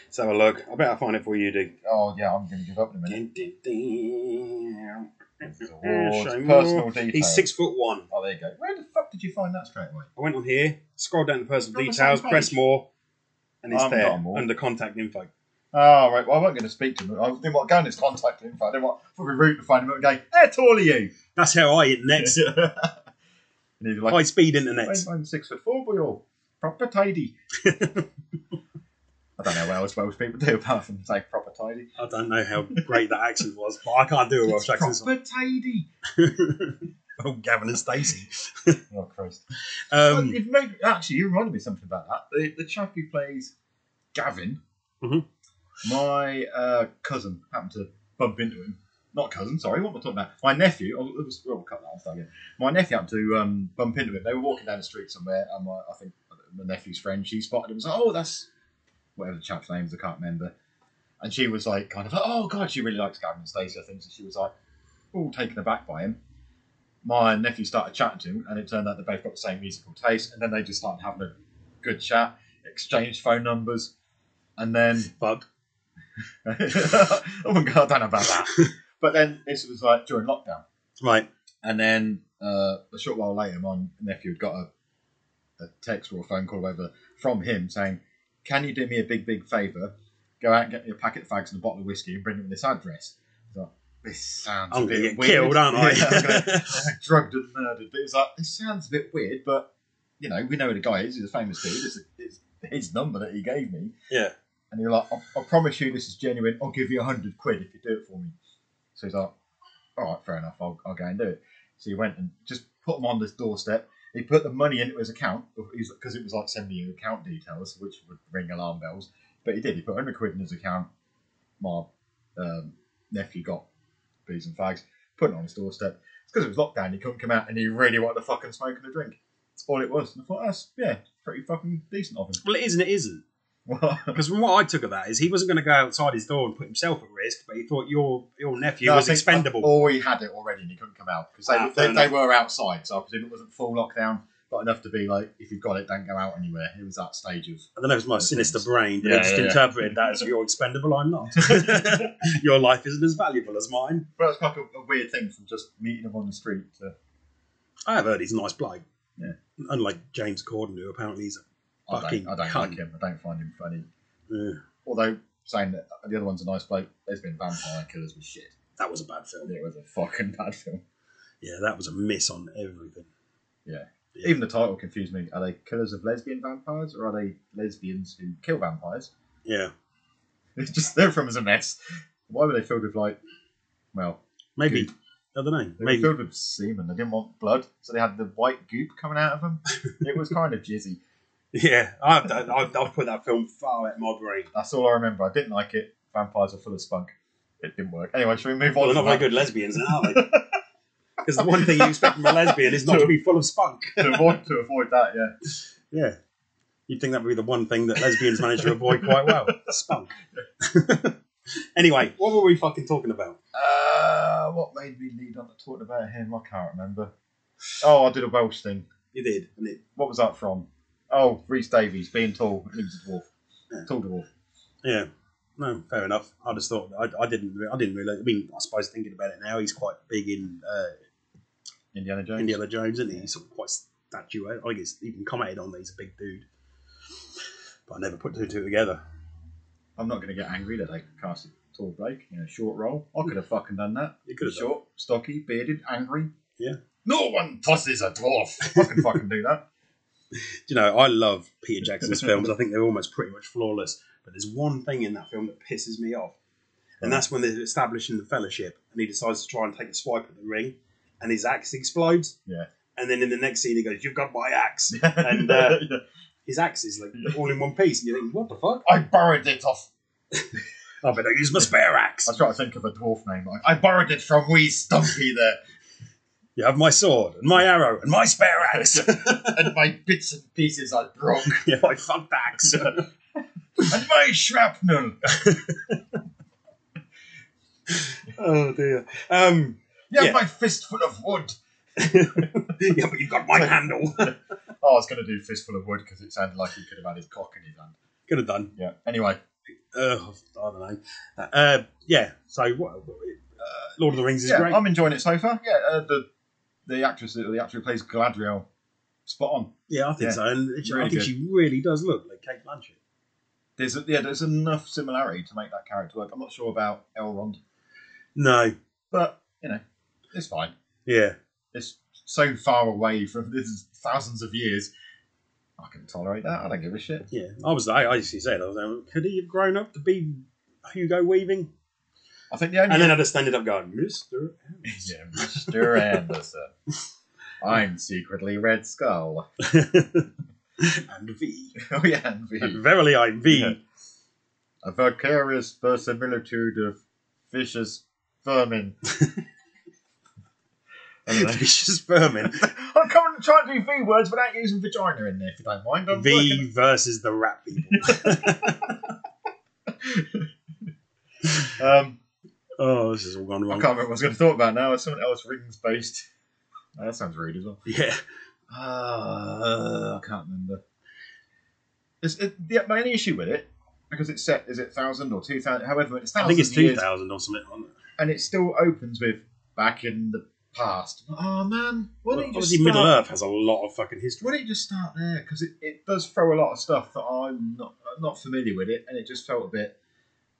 Speaker 3: let's have a look. I bet I find it before you do.
Speaker 4: oh yeah, I'm going to give up in a minute.
Speaker 3: Dun, dun, dun.
Speaker 4: Awards,
Speaker 3: Show
Speaker 4: personal
Speaker 3: more.
Speaker 4: details.
Speaker 3: He's six foot one.
Speaker 4: Oh, there you go. Where the fuck did you find that straight away?
Speaker 3: I went on here, scrolled down to personal
Speaker 4: On the
Speaker 3: details,
Speaker 4: same
Speaker 3: press
Speaker 4: page.
Speaker 3: more, and it's
Speaker 4: I'm
Speaker 3: there
Speaker 4: not more.
Speaker 3: under contact info.
Speaker 4: Oh, right. Well, I wasn't going to speak to him. I didn't want to go in his contact info. I didn't want fucking root to find him and go, how tall are you?
Speaker 3: That's how I internet.
Speaker 4: [laughs] and he's like,
Speaker 3: High speed internet.
Speaker 4: I'm, I'm six foot four, but you're proper tidy. I don't know what else Welsh people do apart from say proper tidy.
Speaker 3: I don't know how great that accent was, but I can't do a Welsh accent. so-
Speaker 4: proper tidy.
Speaker 3: oh, Gavin and Stacey.
Speaker 4: Oh, Christ. Well,
Speaker 3: Um,
Speaker 4: it made, actually, you reminded me something about that. The, the chap who plays Gavin,
Speaker 3: Mhm.
Speaker 4: my uh, cousin happened to bump into him. Not cousin, sorry. What am I talking about? My nephew. Oh, it was, we'll cut that off that again. My nephew happened to um, bump into him. They were walking down the street somewhere, and my, I think my nephew's friend she spotted him. Was like, oh, that's whatever the chap's name is. I can't remember. And she was like, kind of, like, oh god, she really likes Gavin and Stacey. I think so. She was like, all taken aback by him my nephew started chatting to him, and it turned out they both got the same musical taste, and then they just started having a good chat, exchanged phone numbers, and then [laughs]
Speaker 3: fuck.
Speaker 4: oh my god, I don't know about
Speaker 3: [laughs]
Speaker 4: that. but then this was like during lockdown,
Speaker 3: Right.
Speaker 4: and then uh, a short while later, my nephew had got a, a text or a phone call, or whatever, from him saying, "Can you do me a big, big favour? Go out and get me a packet of fags and a bottle of whiskey, and bring them this address." I thought, This sounds
Speaker 3: I'm
Speaker 4: a
Speaker 3: gonna
Speaker 4: bit
Speaker 3: get
Speaker 4: weird.
Speaker 3: killed, aren't
Speaker 4: [laughs]
Speaker 3: I?
Speaker 4: Yeah, I'm
Speaker 3: [laughs]
Speaker 4: gonna- [laughs] drugged and murdered. But it's like it sounds a bit weird, but you know we know who the guy is. He's a famous dude. It's, it's his number that he gave me,
Speaker 3: yeah.
Speaker 4: and you're like, I, I promise you this is genuine. I'll give you a hundred quid if you do it for me. So he's like, all right, fair enough. I'll, I'll go and do it. So he went and just put him on this doorstep. He put the money into his account because it was like sending you account details, which would ring alarm bells. But he did. He put 100 quid in his account. My um, nephew got bees and fags, put it on his doorstep. It's because it was lockdown. He couldn't come out and he really wanted to fucking smoke and a drink. That's all it was. And I thought, that's, yeah, pretty fucking decent of [laughs]
Speaker 3: Well, it is and it isn't.
Speaker 4: him.
Speaker 3: Because from what I took of that is he wasn't going to go outside his door and put himself at risk, but he thought your your nephew
Speaker 4: No, I
Speaker 3: was
Speaker 4: think- uh, oh,
Speaker 3: expendable.
Speaker 4: Or he had it already and he couldn't come out because they,
Speaker 3: Ah, fair
Speaker 4: they, they
Speaker 3: enough.
Speaker 4: were outside. So I presume it wasn't full lockdown, but enough to be like, if you've got it, don't go out anywhere. It was that stage of.
Speaker 3: I don't know if it's my sinister brain, but I
Speaker 4: Yeah,
Speaker 3: just
Speaker 4: yeah, yeah.
Speaker 3: interpreted that as you're expendable, I'm
Speaker 4: [laughs]
Speaker 3: not. your life isn't as valuable as mine.
Speaker 4: But it's like a, a weird thing from just meeting him on the street to.
Speaker 3: I have heard he's a nice bloke.
Speaker 4: Yeah.
Speaker 3: Unlike James Corden, who apparently is
Speaker 4: I
Speaker 3: Fucking
Speaker 4: don't, I don't
Speaker 3: cunt.
Speaker 4: like him. I don't find him funny.
Speaker 3: a. uh,
Speaker 4: Although saying that the other one's a nice bloke, there's been vampire killers with shit.
Speaker 3: that was a bad film.
Speaker 4: It was a fucking [laughs] bad film.
Speaker 3: Yeah, that was a miss on everything.
Speaker 4: Even the title confused me. Are they killers of lesbian vampires or are they lesbians who kill vampires? [laughs]
Speaker 3: Yeah.
Speaker 4: It's just their film is a mess. Why were they filled with like, well,
Speaker 3: Maybe.
Speaker 4: Good.
Speaker 3: I don't know.
Speaker 4: They were
Speaker 3: Maybe.
Speaker 4: filled with
Speaker 3: [laughs]
Speaker 4: semen. They didn't want blood, so they had the white goop coming out of them. it was kind of jizzy.
Speaker 5: Yeah, I've done, I've, I've put that film far out of my brain.
Speaker 4: That's all I remember. I didn't like it. Vampires are full of spunk. It didn't work. Anyway, should we move
Speaker 3: Well,
Speaker 4: on?
Speaker 3: they're not
Speaker 4: from
Speaker 3: very
Speaker 4: that?
Speaker 3: good lesbians, are they? [laughs] Because the one thing you expect from a lesbian is not to be full of spunk.
Speaker 4: [laughs] to avoid to avoid that. Yeah,
Speaker 3: Yeah. You'd think that would be the one thing that lesbians manage to avoid quite well spunk. [laughs] anyway, what were we fucking talking about?
Speaker 4: uh, what made me lead on to talking about him? I can't remember. Oh, I did a Welsh thing.
Speaker 3: You did. And it,
Speaker 4: What was that from? Oh, Reese Davies being tall. and He was a dwarf. Tall dwarf.
Speaker 3: yeah. No, fair enough. I just thought I, I didn't. re- I didn't really. I mean, I suppose thinking about it now, he's quite big in uh,
Speaker 4: Indiana Jones.
Speaker 3: Indiana Jones, isn't he? He's sort of quite statuette. I think it's even commented on that he's a big dude. But I never put two and two together.
Speaker 4: I'm not going to get angry that they cast a tall Blake in a short role.
Speaker 3: Hmm.
Speaker 4: I could have fucking done that.
Speaker 3: You could have
Speaker 4: short, stocky, bearded, angry.
Speaker 3: Yeah.
Speaker 4: No one tosses a dwarf. I can fucking do that.
Speaker 3: Do you know, I love Peter Jackson's films. I think they're almost pretty much flawless. But there's one thing in that film that pisses me off, and that's when they're establishing the fellowship, and he decides to try and take a swipe at the ring, and his axe explodes.
Speaker 4: Yeah.
Speaker 3: And then in the next scene, he goes, "You've got my axe," [laughs] and uh, his axe is like all in one piece. And you think, "What the fuck?
Speaker 4: [laughs] I borrowed it off.
Speaker 3: I better Oh, use my spare axe.
Speaker 4: I was trying to think of a dwarf name. Like, I borrowed it from Wee Stumpy there,
Speaker 3: You have my sword and my arrow and my spare [laughs] axe.
Speaker 4: and my bits and pieces I broke,
Speaker 3: yeah, I fucked axe.
Speaker 4: and my shrapnel.
Speaker 3: [laughs] oh dear. Um,
Speaker 4: Yeah,
Speaker 3: Yeah.
Speaker 4: my fistful of wood.
Speaker 3: yeah, but you've got my [laughs] handle.
Speaker 4: Oh, I was going to do fistful of wood because it sounded like he could have had his cock in his hand.
Speaker 3: Could have done.
Speaker 4: Yeah. Anyway,
Speaker 3: uh, I don't know. Uh, yeah, so what, uh, Lord of the Rings is
Speaker 4: yeah,
Speaker 3: great.
Speaker 4: I'm enjoying it so far. Yeah, uh, the the actress, the actor who plays Galadriel, spot on.
Speaker 3: yeah, I think
Speaker 4: yeah,
Speaker 3: so. And it- I
Speaker 4: really
Speaker 3: think
Speaker 4: good.
Speaker 3: she really does look like Kate Blanchett.
Speaker 4: There's yeah, there's enough similarity to make that character work. I'm not sure about Elrond,
Speaker 3: No,
Speaker 4: but you know, it's fine.
Speaker 3: yeah.
Speaker 4: It's so far away from [laughs] this is thousands of years. I can tolerate that. I don't give a shit.
Speaker 3: Yeah, I was. I, I actually said, I was like, could he have grown up to be Hugo Weaving?
Speaker 4: I think the only
Speaker 3: And then I just ended up going, Mister.
Speaker 4: yeah, Mr. Anderson. [laughs] I'm secretly Red Skull.
Speaker 3: [laughs]
Speaker 4: [laughs]
Speaker 3: and V.
Speaker 4: oh yeah, and
Speaker 3: And
Speaker 4: the,
Speaker 3: verily, I'm V.
Speaker 4: Yeah. a vicarious verisimilitude of vicious
Speaker 3: [laughs]
Speaker 4: vermin. I don't know.
Speaker 3: Vicious [laughs] vermin.
Speaker 4: I'm coming to try and do V words without using vagina in there, if you don't mind. I'm
Speaker 3: v
Speaker 4: working-
Speaker 3: versus the rat people.
Speaker 4: Um,
Speaker 3: Oh, this has all gone
Speaker 4: I
Speaker 3: wrong.
Speaker 4: can't remember what I was going to talk about now. It's someone else rings based. Oh, that sounds rude as well.
Speaker 3: Yeah,
Speaker 4: Uh, I can't remember. It's, it, yeah, my only issue with it, because it's set, is it 1,000 or 2,000? However, it's
Speaker 3: I
Speaker 4: 1,000
Speaker 3: think it's two
Speaker 4: years,
Speaker 3: thousand or something. wasn't it?
Speaker 4: And it still opens with back in the past. Oh, man. Why don't you just
Speaker 3: Obviously,
Speaker 4: start,
Speaker 3: Middle Earth has a lot of fucking history.
Speaker 4: Why don't you just start there? Because it, it does throw a lot of stuff that I'm not, I'm not familiar with it, and it just felt a bit.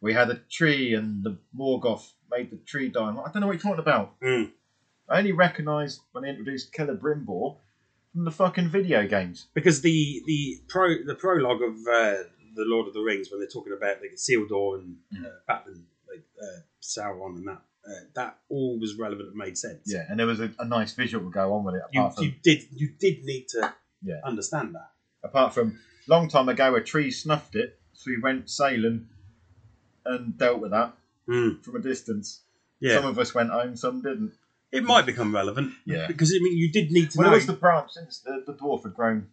Speaker 4: We had a tree, and the Morgoth made the tree die. I'm like, I don't know what you're talking about.
Speaker 3: Mm.
Speaker 4: I only recognised when they introduced Celebrimbor from the fucking video games.
Speaker 3: because the the pro the prologue of uh, the Lord of the Rings when they're talking about like Isildur and uh, Batman, like uh, Sauron and that uh, that all was relevant and made sense.
Speaker 4: Yeah, and there was a, a nice visual to go on with it.
Speaker 3: you,
Speaker 4: Apart from,
Speaker 3: you did you did need to
Speaker 4: Yeah.
Speaker 3: understand that.
Speaker 4: apart from long time ago, a tree snuffed it, so we went sailing and dealt with that from a distance.
Speaker 3: Yeah,
Speaker 4: Hmm. Some of us went home, some didn't.
Speaker 3: it might become relevant.
Speaker 4: Yeah.
Speaker 3: because I mean you did need to
Speaker 4: Well,
Speaker 3: know.
Speaker 4: it was the branch since the, the dwarf had grown,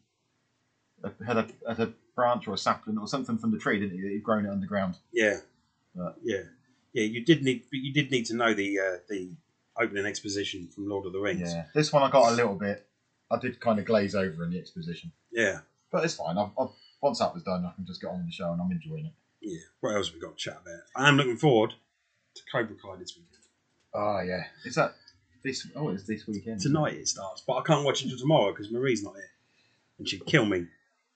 Speaker 4: had a, had a branch or a sapling or something from the tree, didn't he? He'd grown it underground.
Speaker 3: yeah,
Speaker 4: Right.
Speaker 3: yeah, yeah. You did need but you did need to know the uh, the opening exposition from Lord of the Rings.
Speaker 4: Yeah, this one I got a little bit. I did kind of glaze over in the exposition,
Speaker 3: yeah.
Speaker 4: but it's fine. I've, I've, once that was done, I can just get on with the show, and I'm enjoying it.
Speaker 3: Yeah. What else have we got to chat about? I am looking forward to Cobra Kai this weekend.
Speaker 4: Oh yeah, is that this? Oh, it's this weekend
Speaker 3: Ah, Tonight it starts, but I can't watch it until tomorrow because Marie's not here, and she'd kill me.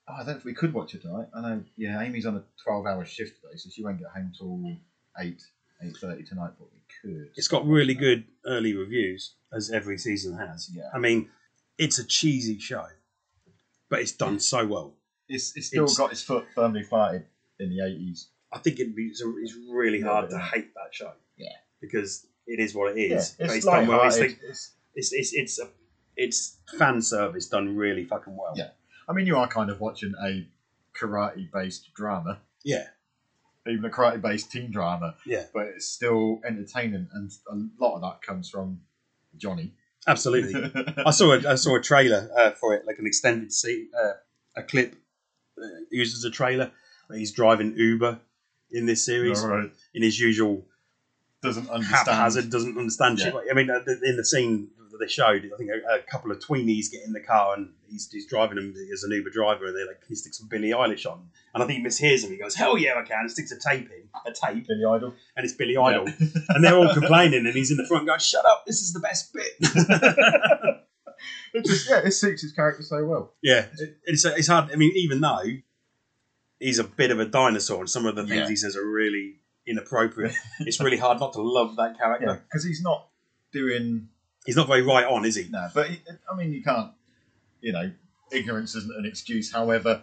Speaker 4: Oh, I don't know if we could watch it tonight. I know. Yeah, Amy's on a twelve-hour shift today, so she won't get home till eight, eight thirty tonight. But we could.
Speaker 3: It's got really good early reviews, as every season has.
Speaker 4: Yeah.
Speaker 3: I mean, it's a cheesy show, but it's done so well.
Speaker 4: It's, it's still
Speaker 3: it's-
Speaker 4: got its foot firmly planted in the eighties.
Speaker 3: I think it'd be, it's, a- it's really
Speaker 4: Yeah,
Speaker 3: hard
Speaker 4: yeah.
Speaker 3: to hate that show.
Speaker 4: Yeah.
Speaker 3: Because it is what it
Speaker 4: Yeah,
Speaker 3: is.
Speaker 4: it's
Speaker 3: based on what it's,
Speaker 4: light-hearted.
Speaker 3: like-
Speaker 4: It's-
Speaker 3: it's it's it's a, it's fan service done really fucking well.
Speaker 4: Yeah. I mean, you are kind of watching a karate-based drama,
Speaker 3: Yeah.
Speaker 4: even a karate-based teen drama,
Speaker 3: Yeah.
Speaker 4: but it's still entertaining, and a lot of that comes from Johnny. [laughs]
Speaker 3: Absolutely. I saw a, I saw a trailer uh, for it, like an extended scene, uh, a clip uh, used as a trailer. He's driving Uber in this series
Speaker 4: All right.
Speaker 3: in his usual
Speaker 4: Doesn't understand.
Speaker 3: haphazard, doesn't understand shit.
Speaker 4: Yeah.
Speaker 3: I mean, uh, th- in the scene that they showed, I think a, a couple of tweenies get in the car and he's, he's driving them as an Uber driver, and they're like, "Can you stick some Billie Eilish on?" And I think he mishears him. He goes, "Hell yeah, I can!" And sticks a tape in, a tape,
Speaker 4: Billy Idol.
Speaker 3: and it's Billy Idol, and they're all complaining, and he's in the front going, "Shut up! This is the
Speaker 4: [laughs]
Speaker 3: best bit."
Speaker 4: It just, yeah, it suits his character so well.
Speaker 3: Yeah, it's it's hard. I mean, even though he's a bit of a dinosaur, and some of the things
Speaker 4: Yeah.
Speaker 3: he says are really inappropriate, it's really hard not to love that character.
Speaker 4: Yeah, because he's not doing
Speaker 3: He's not very right on, is he?
Speaker 4: No, but it- I mean, you can't. You know, ignorance isn't an excuse. However,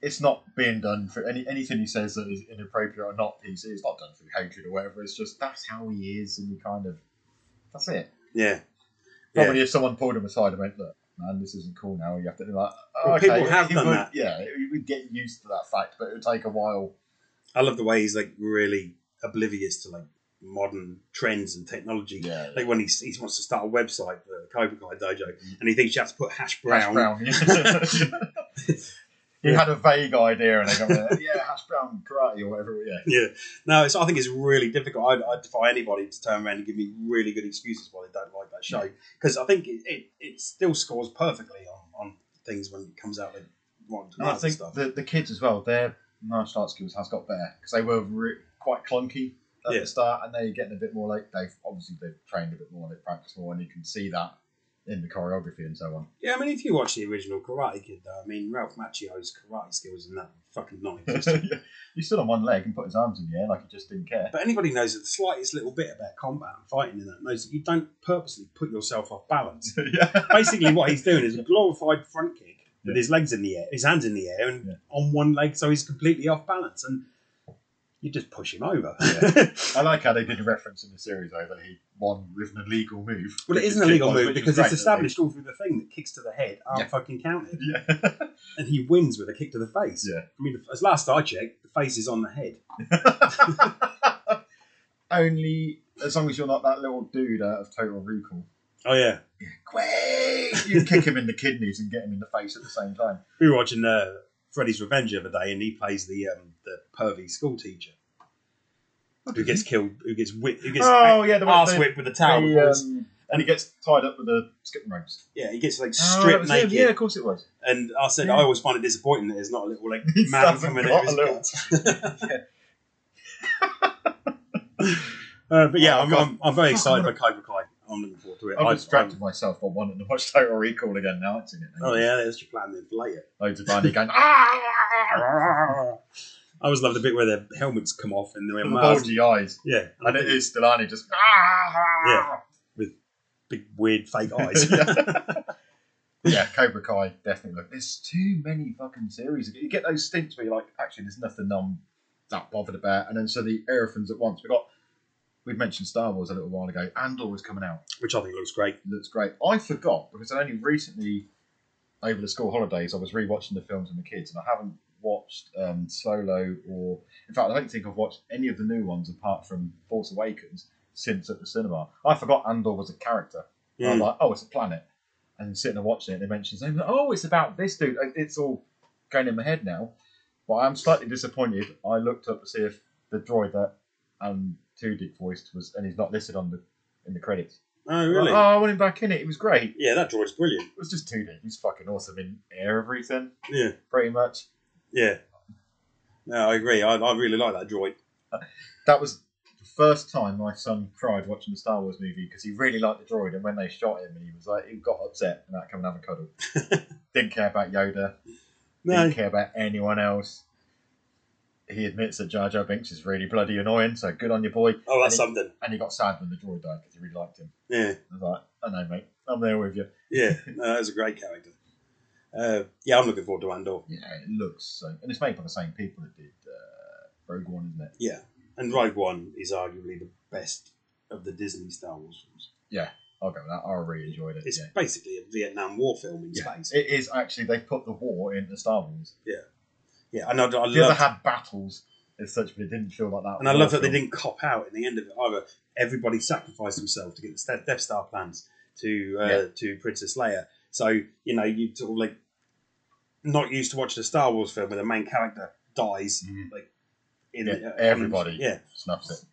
Speaker 4: it's not being done for any anything he says that is inappropriate or not. He's it's not done through hatred or whatever. It's just that's how he is, and you kind of that's it.
Speaker 3: Yeah.
Speaker 4: Probably if someone pulled him aside and went, "Look, man, this isn't cool now," you have to be like, oh,
Speaker 3: Well,
Speaker 4: "Okay."
Speaker 3: people have
Speaker 4: he
Speaker 3: done
Speaker 4: would,
Speaker 3: that.
Speaker 4: Yeah, you would get used to that fact, but it would take a while.
Speaker 3: I love the way he's like really oblivious to like modern trends and technology.
Speaker 4: Yeah,
Speaker 3: Like when he's, he wants to start a website for the Cobra Kai Dojo, and he thinks you have to put hash
Speaker 4: Mm. hash
Speaker 3: brown. [laughs]
Speaker 4: brown. [laughs] He had a vague idea, and they got yeah, hash brown karate or whatever. Yeah,
Speaker 3: Yeah, no, it's, I think it's really difficult. I'd, I'd defy anybody to turn around and give me really good excuses why they don't like that show because I think it, it, it still scores perfectly on, on things when it comes out like Rotten
Speaker 4: And I
Speaker 3: Tomatoes and
Speaker 4: think
Speaker 3: stuff.
Speaker 4: the, the kids as well, their martial arts skills has got better because they were re- quite clunky at
Speaker 3: Yeah.
Speaker 4: the start, and they're getting a bit more like they've obviously they've trained a bit more, they've practiced more, and you can see that in the choreography and so on.
Speaker 3: yeah, I mean, if you watch the original Karate Kid, though, I mean Ralph Macchio's karate skills and that fucking [laughs] non-existent.
Speaker 4: He stood on one leg and put his arms in the air like he just didn't care. [laughs]
Speaker 3: but anybody knows that the slightest little bit about combat and fighting and that knows that you don't purposely put yourself off balance.
Speaker 4: yeah,
Speaker 3: basically what he's doing is a glorified front kick with his legs in the air, his hands in the air, and
Speaker 4: Yeah.
Speaker 3: on one leg, so he's completely off balance, and you just push him over.
Speaker 4: I like how they did a reference in the series though that he won with an illegal move.
Speaker 3: [laughs] well, it
Speaker 4: Which
Speaker 3: is
Speaker 4: is
Speaker 3: an illegal
Speaker 4: kickboxing,
Speaker 3: move
Speaker 4: which is
Speaker 3: because
Speaker 4: great
Speaker 3: it's
Speaker 4: that they-
Speaker 3: established all through the thing that kicks to the head aren't
Speaker 4: Yeah.
Speaker 3: fucking counted,
Speaker 4: [laughs] Yeah,
Speaker 3: and he wins with a kick to the face.
Speaker 4: Yeah.
Speaker 3: I mean, as last I checked, the face is on the head.
Speaker 4: only as long as you're not that little dude out of Total Recall.
Speaker 3: Oh yeah,
Speaker 4: Quick! You kick him in the kidneys and get him in the face at the same time.
Speaker 3: we were watching uh, Freddy's Revenge the other day, and he plays the um, the pervy school teacher. Who gets killed? Who gets whipped? Who gets
Speaker 4: Oh, yeah, the one-
Speaker 3: ass
Speaker 4: the-
Speaker 3: whipped with a towel?
Speaker 4: He, um, and he gets tied up with the skipping ropes.
Speaker 3: yeah, he gets like
Speaker 4: Oh, that
Speaker 3: stripped
Speaker 4: was him.
Speaker 3: naked.
Speaker 4: Yeah, of course it was.
Speaker 3: And I said,
Speaker 4: Yeah.
Speaker 3: I always find it disappointing that there's not a little [laughs] like
Speaker 4: He
Speaker 3: man
Speaker 4: hasn't
Speaker 3: coming
Speaker 4: got
Speaker 3: out of his
Speaker 4: a little-
Speaker 3: guts. [laughs] uh, but yeah,
Speaker 4: Oh,
Speaker 3: I'm,
Speaker 4: God.
Speaker 3: I'm, I'm very
Speaker 4: Fuck,
Speaker 3: excited
Speaker 4: I
Speaker 3: [laughs] by Cobra Kai. I'm looking forward to it.
Speaker 4: I've
Speaker 3: I-
Speaker 4: distracted
Speaker 3: I'm-
Speaker 4: myself by wanting to watch Total Recall again now. It's in it.
Speaker 3: oh yeah, that's your plan then for later.
Speaker 4: Loads of money [laughs] going, ah!
Speaker 3: I always love the bit where their helmets come off and they're
Speaker 4: The
Speaker 3: wearing masks.
Speaker 4: bulgy eyes.
Speaker 3: Yeah, and I
Speaker 4: And it
Speaker 3: think
Speaker 4: is Delaney just, [laughs] ah!
Speaker 3: Yeah. big weird [laughs] fake eyes.
Speaker 4: Yeah, Cobra Kai, definitely. Look, there's too many fucking series. You get those stints where you're like, actually, there's nothing I'm that bothered about. And then suddenly, everything's at once. We got, we mentioned Star Wars a little while ago. Andor was coming out.
Speaker 3: Which I think looks great.
Speaker 4: looks great. I forgot because I only recently, over the school holidays, I was rewatching the films with the kids, and I haven't watched um, Solo or, in fact, I don't think I've watched any of the new ones apart from Force Awakens since at the cinema. I forgot Andor was a character. And I was
Speaker 3: Mm.
Speaker 4: like, oh, it's a planet, and sitting and watching it, they mentioned something. Oh, it's about this dude. Like, It's all going in my head now, but I'm slightly disappointed. I looked up to see if the droid that um, Tudyk voiced was, and he's not listed on the in the credits.
Speaker 3: Oh really?
Speaker 4: Oh, I want him back in it. It was great.
Speaker 3: yeah, that droid's brilliant.
Speaker 4: It was just two days. He's fucking awesome in everything,
Speaker 3: Yeah,
Speaker 4: pretty much.
Speaker 3: yeah. No, I agree. I, I really like that droid.
Speaker 4: That was the first time my son cried watching the Star Wars movie because he really liked the droid. And when they shot him, and he was like, he got upset and that come and have a cuddle.
Speaker 3: [laughs]
Speaker 4: didn't care about Yoda.
Speaker 3: No,
Speaker 4: Didn't care about anyone else. He admits that Jar Jar Binks is really bloody annoying. So good on your boy.
Speaker 3: oh, that's
Speaker 4: and, he,
Speaker 3: something.
Speaker 4: and he got sad when the droid died because he really liked him.
Speaker 3: Yeah.
Speaker 4: I was like, I know, mate. I'm there with you.
Speaker 3: Yeah, no, that was a great character. Uh, yeah, I'm looking forward to Andor.
Speaker 4: Yeah, it looks so. And it's made by the same people that did uh, Rogue One, isn't it?
Speaker 3: Yeah, and Rogue One is arguably the best of the Disney Star Wars films.
Speaker 4: I I'll go with that. I really enjoyed it.
Speaker 3: It's
Speaker 4: yeah.
Speaker 3: basically a Vietnam War film in
Speaker 4: Yeah.
Speaker 3: space.
Speaker 4: It is actually they've put the war into Star Wars.
Speaker 3: yeah, and I, I
Speaker 4: If you ever
Speaker 3: love
Speaker 4: had battles as such, but it didn't feel like that.
Speaker 3: and I
Speaker 4: war
Speaker 3: love that they
Speaker 4: film.
Speaker 3: didn't cop out in the end of it either. Everybody sacrificed themselves to get the Ste- Death Star plans to uh,
Speaker 4: Yeah.
Speaker 3: to Princess Leia. So you know you sort of like not used to watching a Star Wars film where the main character dies
Speaker 4: Mhm.
Speaker 3: like in
Speaker 4: Yeah,
Speaker 3: uh,
Speaker 4: everybody.
Speaker 3: Yeah,
Speaker 4: snaps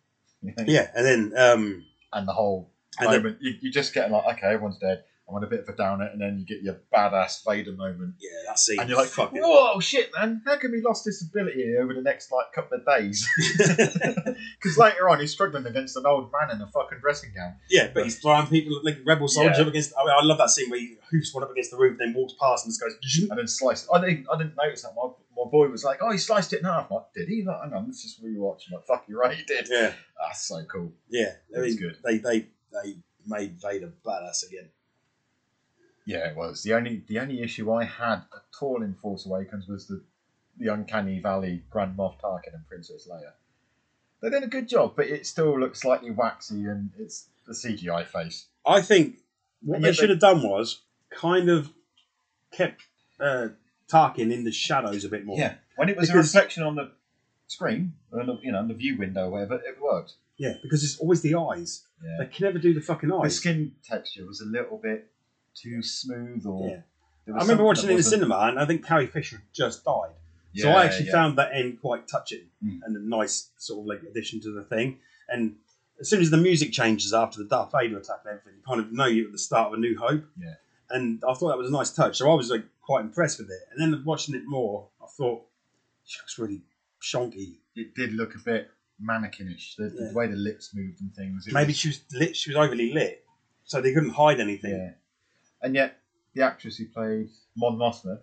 Speaker 4: it.
Speaker 3: yeah, and then um,
Speaker 4: [laughs] and the whole
Speaker 3: And the-
Speaker 4: moment you, you just get like, okay, everyone's dead. I want a bit of a downer, and then you get your badass Vader moment,
Speaker 3: yeah, that scene.
Speaker 4: and you're like,
Speaker 3: fucking
Speaker 4: "Whoa, shit, man! How can we lost this ability over the next like couple of days?" [laughs] Because later on, he's struggling against an old man in a fucking dressing gown.
Speaker 3: [laughs] yeah, but he's throwing people like rebel soldiers
Speaker 4: Yeah.
Speaker 3: up against. I, mean, I love that scene where he hoofs one up against the roof, then walks past and just goes. "Zhum."
Speaker 4: and then sliced. I didn't. I didn't notice that. My, my boy was like, "Oh, he sliced it in half." I'm like, did he? Like, hang on, let's just rewatch. I'm like, "Fuck, you're right, he did."
Speaker 3: Yeah,
Speaker 4: That's so cool.
Speaker 3: yeah. I
Speaker 4: That's
Speaker 3: mean,
Speaker 4: good.
Speaker 3: they they they made Vader badass again.
Speaker 4: Yeah, it was. The only the only issue I had at all in Force Awakens was the the uncanny valley Grand Moff Tarkin and Princess Leia. They did a good job, but it still looks slightly waxy and it's the CGI face.
Speaker 3: I think what
Speaker 4: And
Speaker 3: they
Speaker 4: yet
Speaker 3: should
Speaker 4: they-
Speaker 3: have done was kind of kept uh, Tarkin in the shadows a bit more.
Speaker 4: when it was
Speaker 3: Because-
Speaker 4: a reflection on the screen, or the, you know, on the view window, or whatever, it worked.
Speaker 3: Yeah, because it's always the eyes.
Speaker 4: Yeah.
Speaker 3: They can never do the fucking
Speaker 4: The
Speaker 3: eyes.
Speaker 4: skin texture was a little bit too smooth, or
Speaker 3: Yeah.
Speaker 4: there
Speaker 3: I
Speaker 4: was
Speaker 3: remember
Speaker 4: something
Speaker 3: watching
Speaker 4: that
Speaker 3: it in the
Speaker 4: wasn't-
Speaker 3: cinema, and I think Carrie Fisher had just died. So
Speaker 4: Yeah,
Speaker 3: I actually
Speaker 4: yeah.
Speaker 3: found that end quite touching
Speaker 4: Mm.
Speaker 3: and a nice sort of like addition to the thing. And as soon as the music changes after the Darth Vader attack and everything, you kind of know you're at the start of a new hope.
Speaker 4: Yeah.
Speaker 3: And I thought that was a nice touch. So I was like quite impressed with it. And then watching it more, I thought she looks really shonky.
Speaker 4: it did look a bit mannequinish. The,
Speaker 3: Yeah.
Speaker 4: the way the lips moved and things. it
Speaker 3: Maybe
Speaker 4: was-
Speaker 3: she was lit. She was overly lit, so they couldn't hide anything.
Speaker 4: Yeah. And yet, the actress who played Mon Mothma,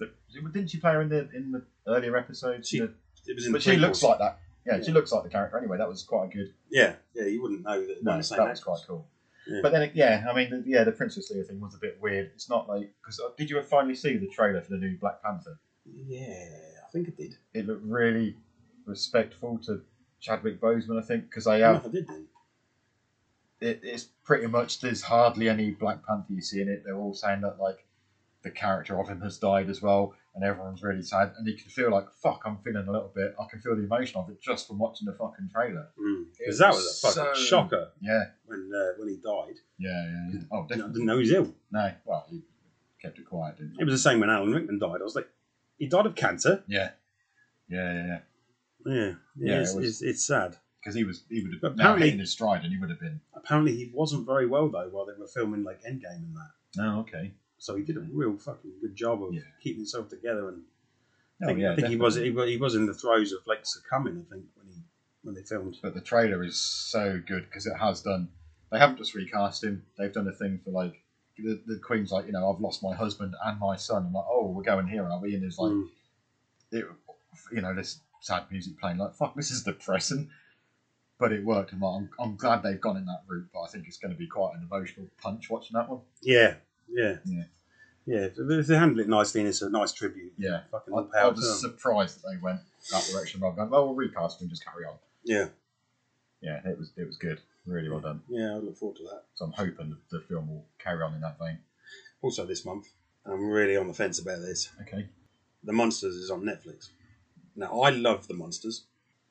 Speaker 4: that- didn't she play her in the in the earlier episodes?
Speaker 3: She-
Speaker 4: The-
Speaker 3: It was in
Speaker 4: but
Speaker 3: the
Speaker 4: she looks
Speaker 3: prequels.
Speaker 4: like that. Yeah, she
Speaker 3: Yeah.
Speaker 4: looks like the character anyway. That was quite a good.
Speaker 3: yeah, yeah. You wouldn't know that.
Speaker 4: No,
Speaker 3: No, the
Speaker 4: that
Speaker 3: same
Speaker 4: was
Speaker 3: actress.
Speaker 4: quite cool.
Speaker 3: Yeah.
Speaker 4: But then, it- yeah, I mean, the, yeah, the Princess Leia thing was a bit weird. It's not like because did you finally see the trailer for the new Black Panther?
Speaker 3: Yeah, I think it did.
Speaker 4: It looked really respectful to Chadwick Boseman, I think, because they
Speaker 3: Yeah.
Speaker 4: have
Speaker 3: I did then.
Speaker 4: it, it's pretty much there's hardly any Black Panther you see in it. They're all saying that like the character of him has died as well, and everyone's really sad. And you can feel like fuck, I'm feeling a little bit. I can feel the emotion of it just from watching the fucking trailer.
Speaker 3: Mm. Because that was a fucking
Speaker 4: So-
Speaker 3: shocker
Speaker 4: Yeah,
Speaker 3: when uh, when he died.
Speaker 4: yeah, yeah. yeah. Oh,
Speaker 3: I
Speaker 4: definitely.
Speaker 3: didn't know he was ill.
Speaker 4: No, well, he kept it quiet, didn't
Speaker 3: It
Speaker 4: he?
Speaker 3: was the same when Alan Rickman died. I was like, he died of cancer.
Speaker 4: Yeah, yeah, yeah, yeah.
Speaker 3: Yeah,
Speaker 4: Yeah,
Speaker 3: it's,
Speaker 4: it was-
Speaker 3: it's, it's sad.
Speaker 4: Because he was, he would have
Speaker 3: But
Speaker 4: now
Speaker 3: apparently-
Speaker 4: hitting his stride, and he would have been.
Speaker 3: Apparently, he wasn't very well though while they were filming like Endgame and that.
Speaker 4: Oh, okay.
Speaker 3: So he did a real fucking good job of
Speaker 4: Yeah.
Speaker 3: keeping himself together and I
Speaker 4: Oh,
Speaker 3: think,
Speaker 4: yeah,
Speaker 3: I think he was
Speaker 4: definitely.
Speaker 3: he, wa- he was in the throes of like succumbing. I think when he when they filmed.
Speaker 4: But the trailer is so good because it has done. They haven't just recast him. They've done a thing for like the, the Queen's like you know I've lost my husband and my son. I'm like oh we're going here are we? And it's like
Speaker 3: Mm.
Speaker 4: it, you know this sad music playing like fuck this is depressing. But it worked, and like, I'm, I'm glad they've gone in that route. But I think it's going to be quite an emotional punch watching that one.
Speaker 3: Yeah, yeah,
Speaker 4: Yeah.
Speaker 3: yeah. If if they handle it nicely, and it's a nice tribute.
Speaker 4: Yeah,
Speaker 3: Fucking all
Speaker 4: I, I
Speaker 3: power
Speaker 4: was
Speaker 3: to them.
Speaker 4: surprised that they went that direction rather than well we'll recast him and just carry on.
Speaker 3: Yeah,
Speaker 4: Yeah, it was it was good, really well done.
Speaker 3: yeah. I look forward to that.
Speaker 4: So I'm hoping the film will carry on in that vein.
Speaker 3: Also this month, and I'm really on the fence about this.
Speaker 4: Okay.
Speaker 3: The Monsters is on Netflix. Now I love the Monsters,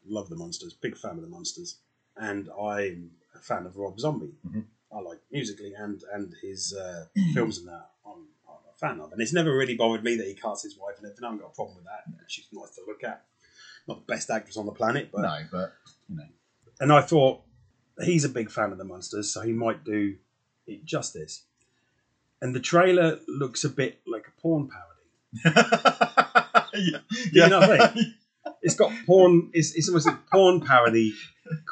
Speaker 3: love the Monsters, big fan of the Monsters, and I'm a fan of Rob Zombie.
Speaker 4: Mhm.
Speaker 3: I like musically and and his uh, [clears throat] films and that. I'm, I'm a fan of, and it's never really bothered me that he casts his wife and everything. I haven't got a problem with that. She's nice to look at. Not the best actress on the planet, but
Speaker 4: No, but you know,
Speaker 3: and I thought he's a big fan of the monsters, so he might do it justice. And the trailer looks a bit like a porn parody.
Speaker 4: [laughs] yeah.
Speaker 3: [laughs] You know what I mean? It's got porn. It's, it's almost a porn parody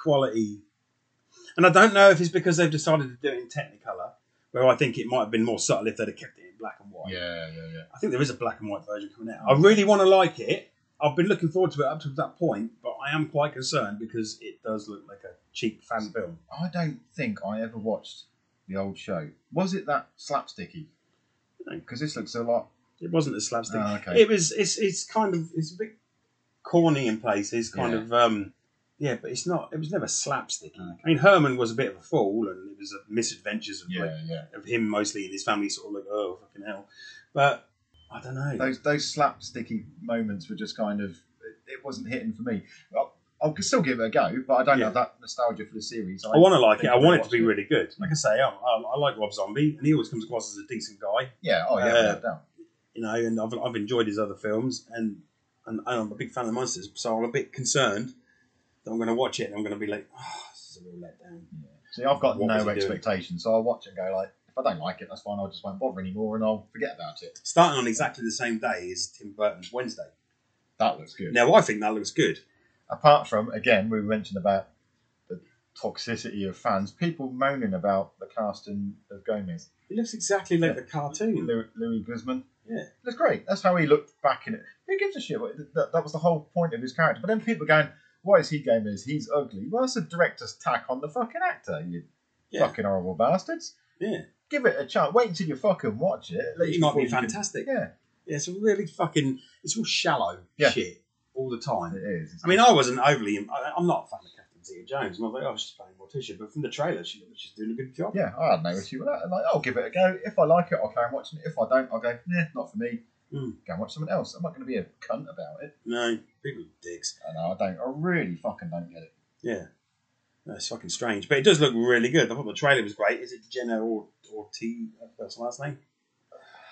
Speaker 3: quality. And I don't know if it's because they've decided to do it in Technicolor, where I think it might have been more subtle if they'd have kept it in black and white.
Speaker 4: yeah, yeah, yeah.
Speaker 3: I think there is a black and white version coming out. I really want to like it. I've been looking forward to it up to that point, but I am quite concerned because it does look like a cheap fan film.
Speaker 4: I don't think I ever watched the old show. Was it that slapsticky?
Speaker 3: No.
Speaker 4: Because this looks a lot.
Speaker 3: It wasn't a slapstick.
Speaker 4: Oh, okay.
Speaker 3: It was. It's. It's kind of. It's a bit corny in places. Kind
Speaker 4: Yeah.
Speaker 3: of. Um. Yeah, but it's not. It was never slapsticky. I mean, Herman was a bit of a fool, and it was a misadventures of, like,
Speaker 4: Yeah, yeah.
Speaker 3: of him mostly and his family, sort of like, oh fucking hell. But I don't know.
Speaker 4: Those those slapsticky moments were just kind of it- it wasn't hitting for me. I'll, I'll still give it a go, but I don't
Speaker 3: Yeah.
Speaker 4: have that nostalgia for the series.
Speaker 3: I want to like it.
Speaker 4: think
Speaker 3: I want it to
Speaker 4: watched
Speaker 3: be really good. Like I say, I, I, I like Rob Zombie, and he always comes across as a decent guy,
Speaker 4: Yeah. Oh yeah.
Speaker 3: Uh,
Speaker 4: without doubt.
Speaker 3: you know. And I've, I've enjoyed his other films, and, and I'm a big fan of monsters, so I'm a bit concerned that I'm going to watch it and I'm going to be like, oh, this is a real letdown.
Speaker 4: See, I've got
Speaker 3: What was he
Speaker 4: no
Speaker 3: doing?
Speaker 4: expectations, so I watch it and go like, if I don't like it, that's fine. I just won't bother anymore, and I'll forget about it.
Speaker 3: Starting on exactly the same day as Tim Burton's Wednesday.
Speaker 4: That looks good.
Speaker 3: Now I think that looks good.
Speaker 4: Apart from again, we mentioned about the toxicity of fans, people moaning about the casting of Gomez,
Speaker 3: It looks exactly like the cartoon.
Speaker 4: Louis, Louis Guzman.
Speaker 3: Hmm. Yeah.
Speaker 4: That's great. That's how he looked back in it. Who gives a shit? What- That, that was the whole point of his character. But then people are going, "What is he game is? He's ugly." Well, that's a director's tack on the fucking actor. You
Speaker 3: Yeah.
Speaker 4: fucking horrible bastards.
Speaker 3: Yeah.
Speaker 4: Give it a chance. Wait until you fucking watch it. At
Speaker 3: He
Speaker 4: least
Speaker 3: might
Speaker 4: before
Speaker 3: be
Speaker 4: you can-
Speaker 3: fantastic.
Speaker 4: Yeah,
Speaker 3: Yeah, it's a really fucking. It's all shallow
Speaker 4: Yeah.
Speaker 3: shit all the time.
Speaker 4: it is. It's-
Speaker 3: I mean, I wasn't overly. I, I'm not a fan of Catherine Zeta-Jones. I'm like, oh, she's playing Morticia, but from the trailer, she looks like she's doing a good job.
Speaker 4: yeah, I had no issue with that. And like, I'll give it a go. If I like it, I'll carry on watching it. If I don't, I'll go, nah, not for me.
Speaker 3: Mm.
Speaker 4: Go and watch something else. I'm not going to be a cunt about it.
Speaker 3: No, people are dicks.
Speaker 4: I know, I don't. I really fucking don't get it.
Speaker 3: Yeah, no, it's fucking strange, but it does look really good. I thought the trailer was great. Is it Jenna or or T? That's her last name.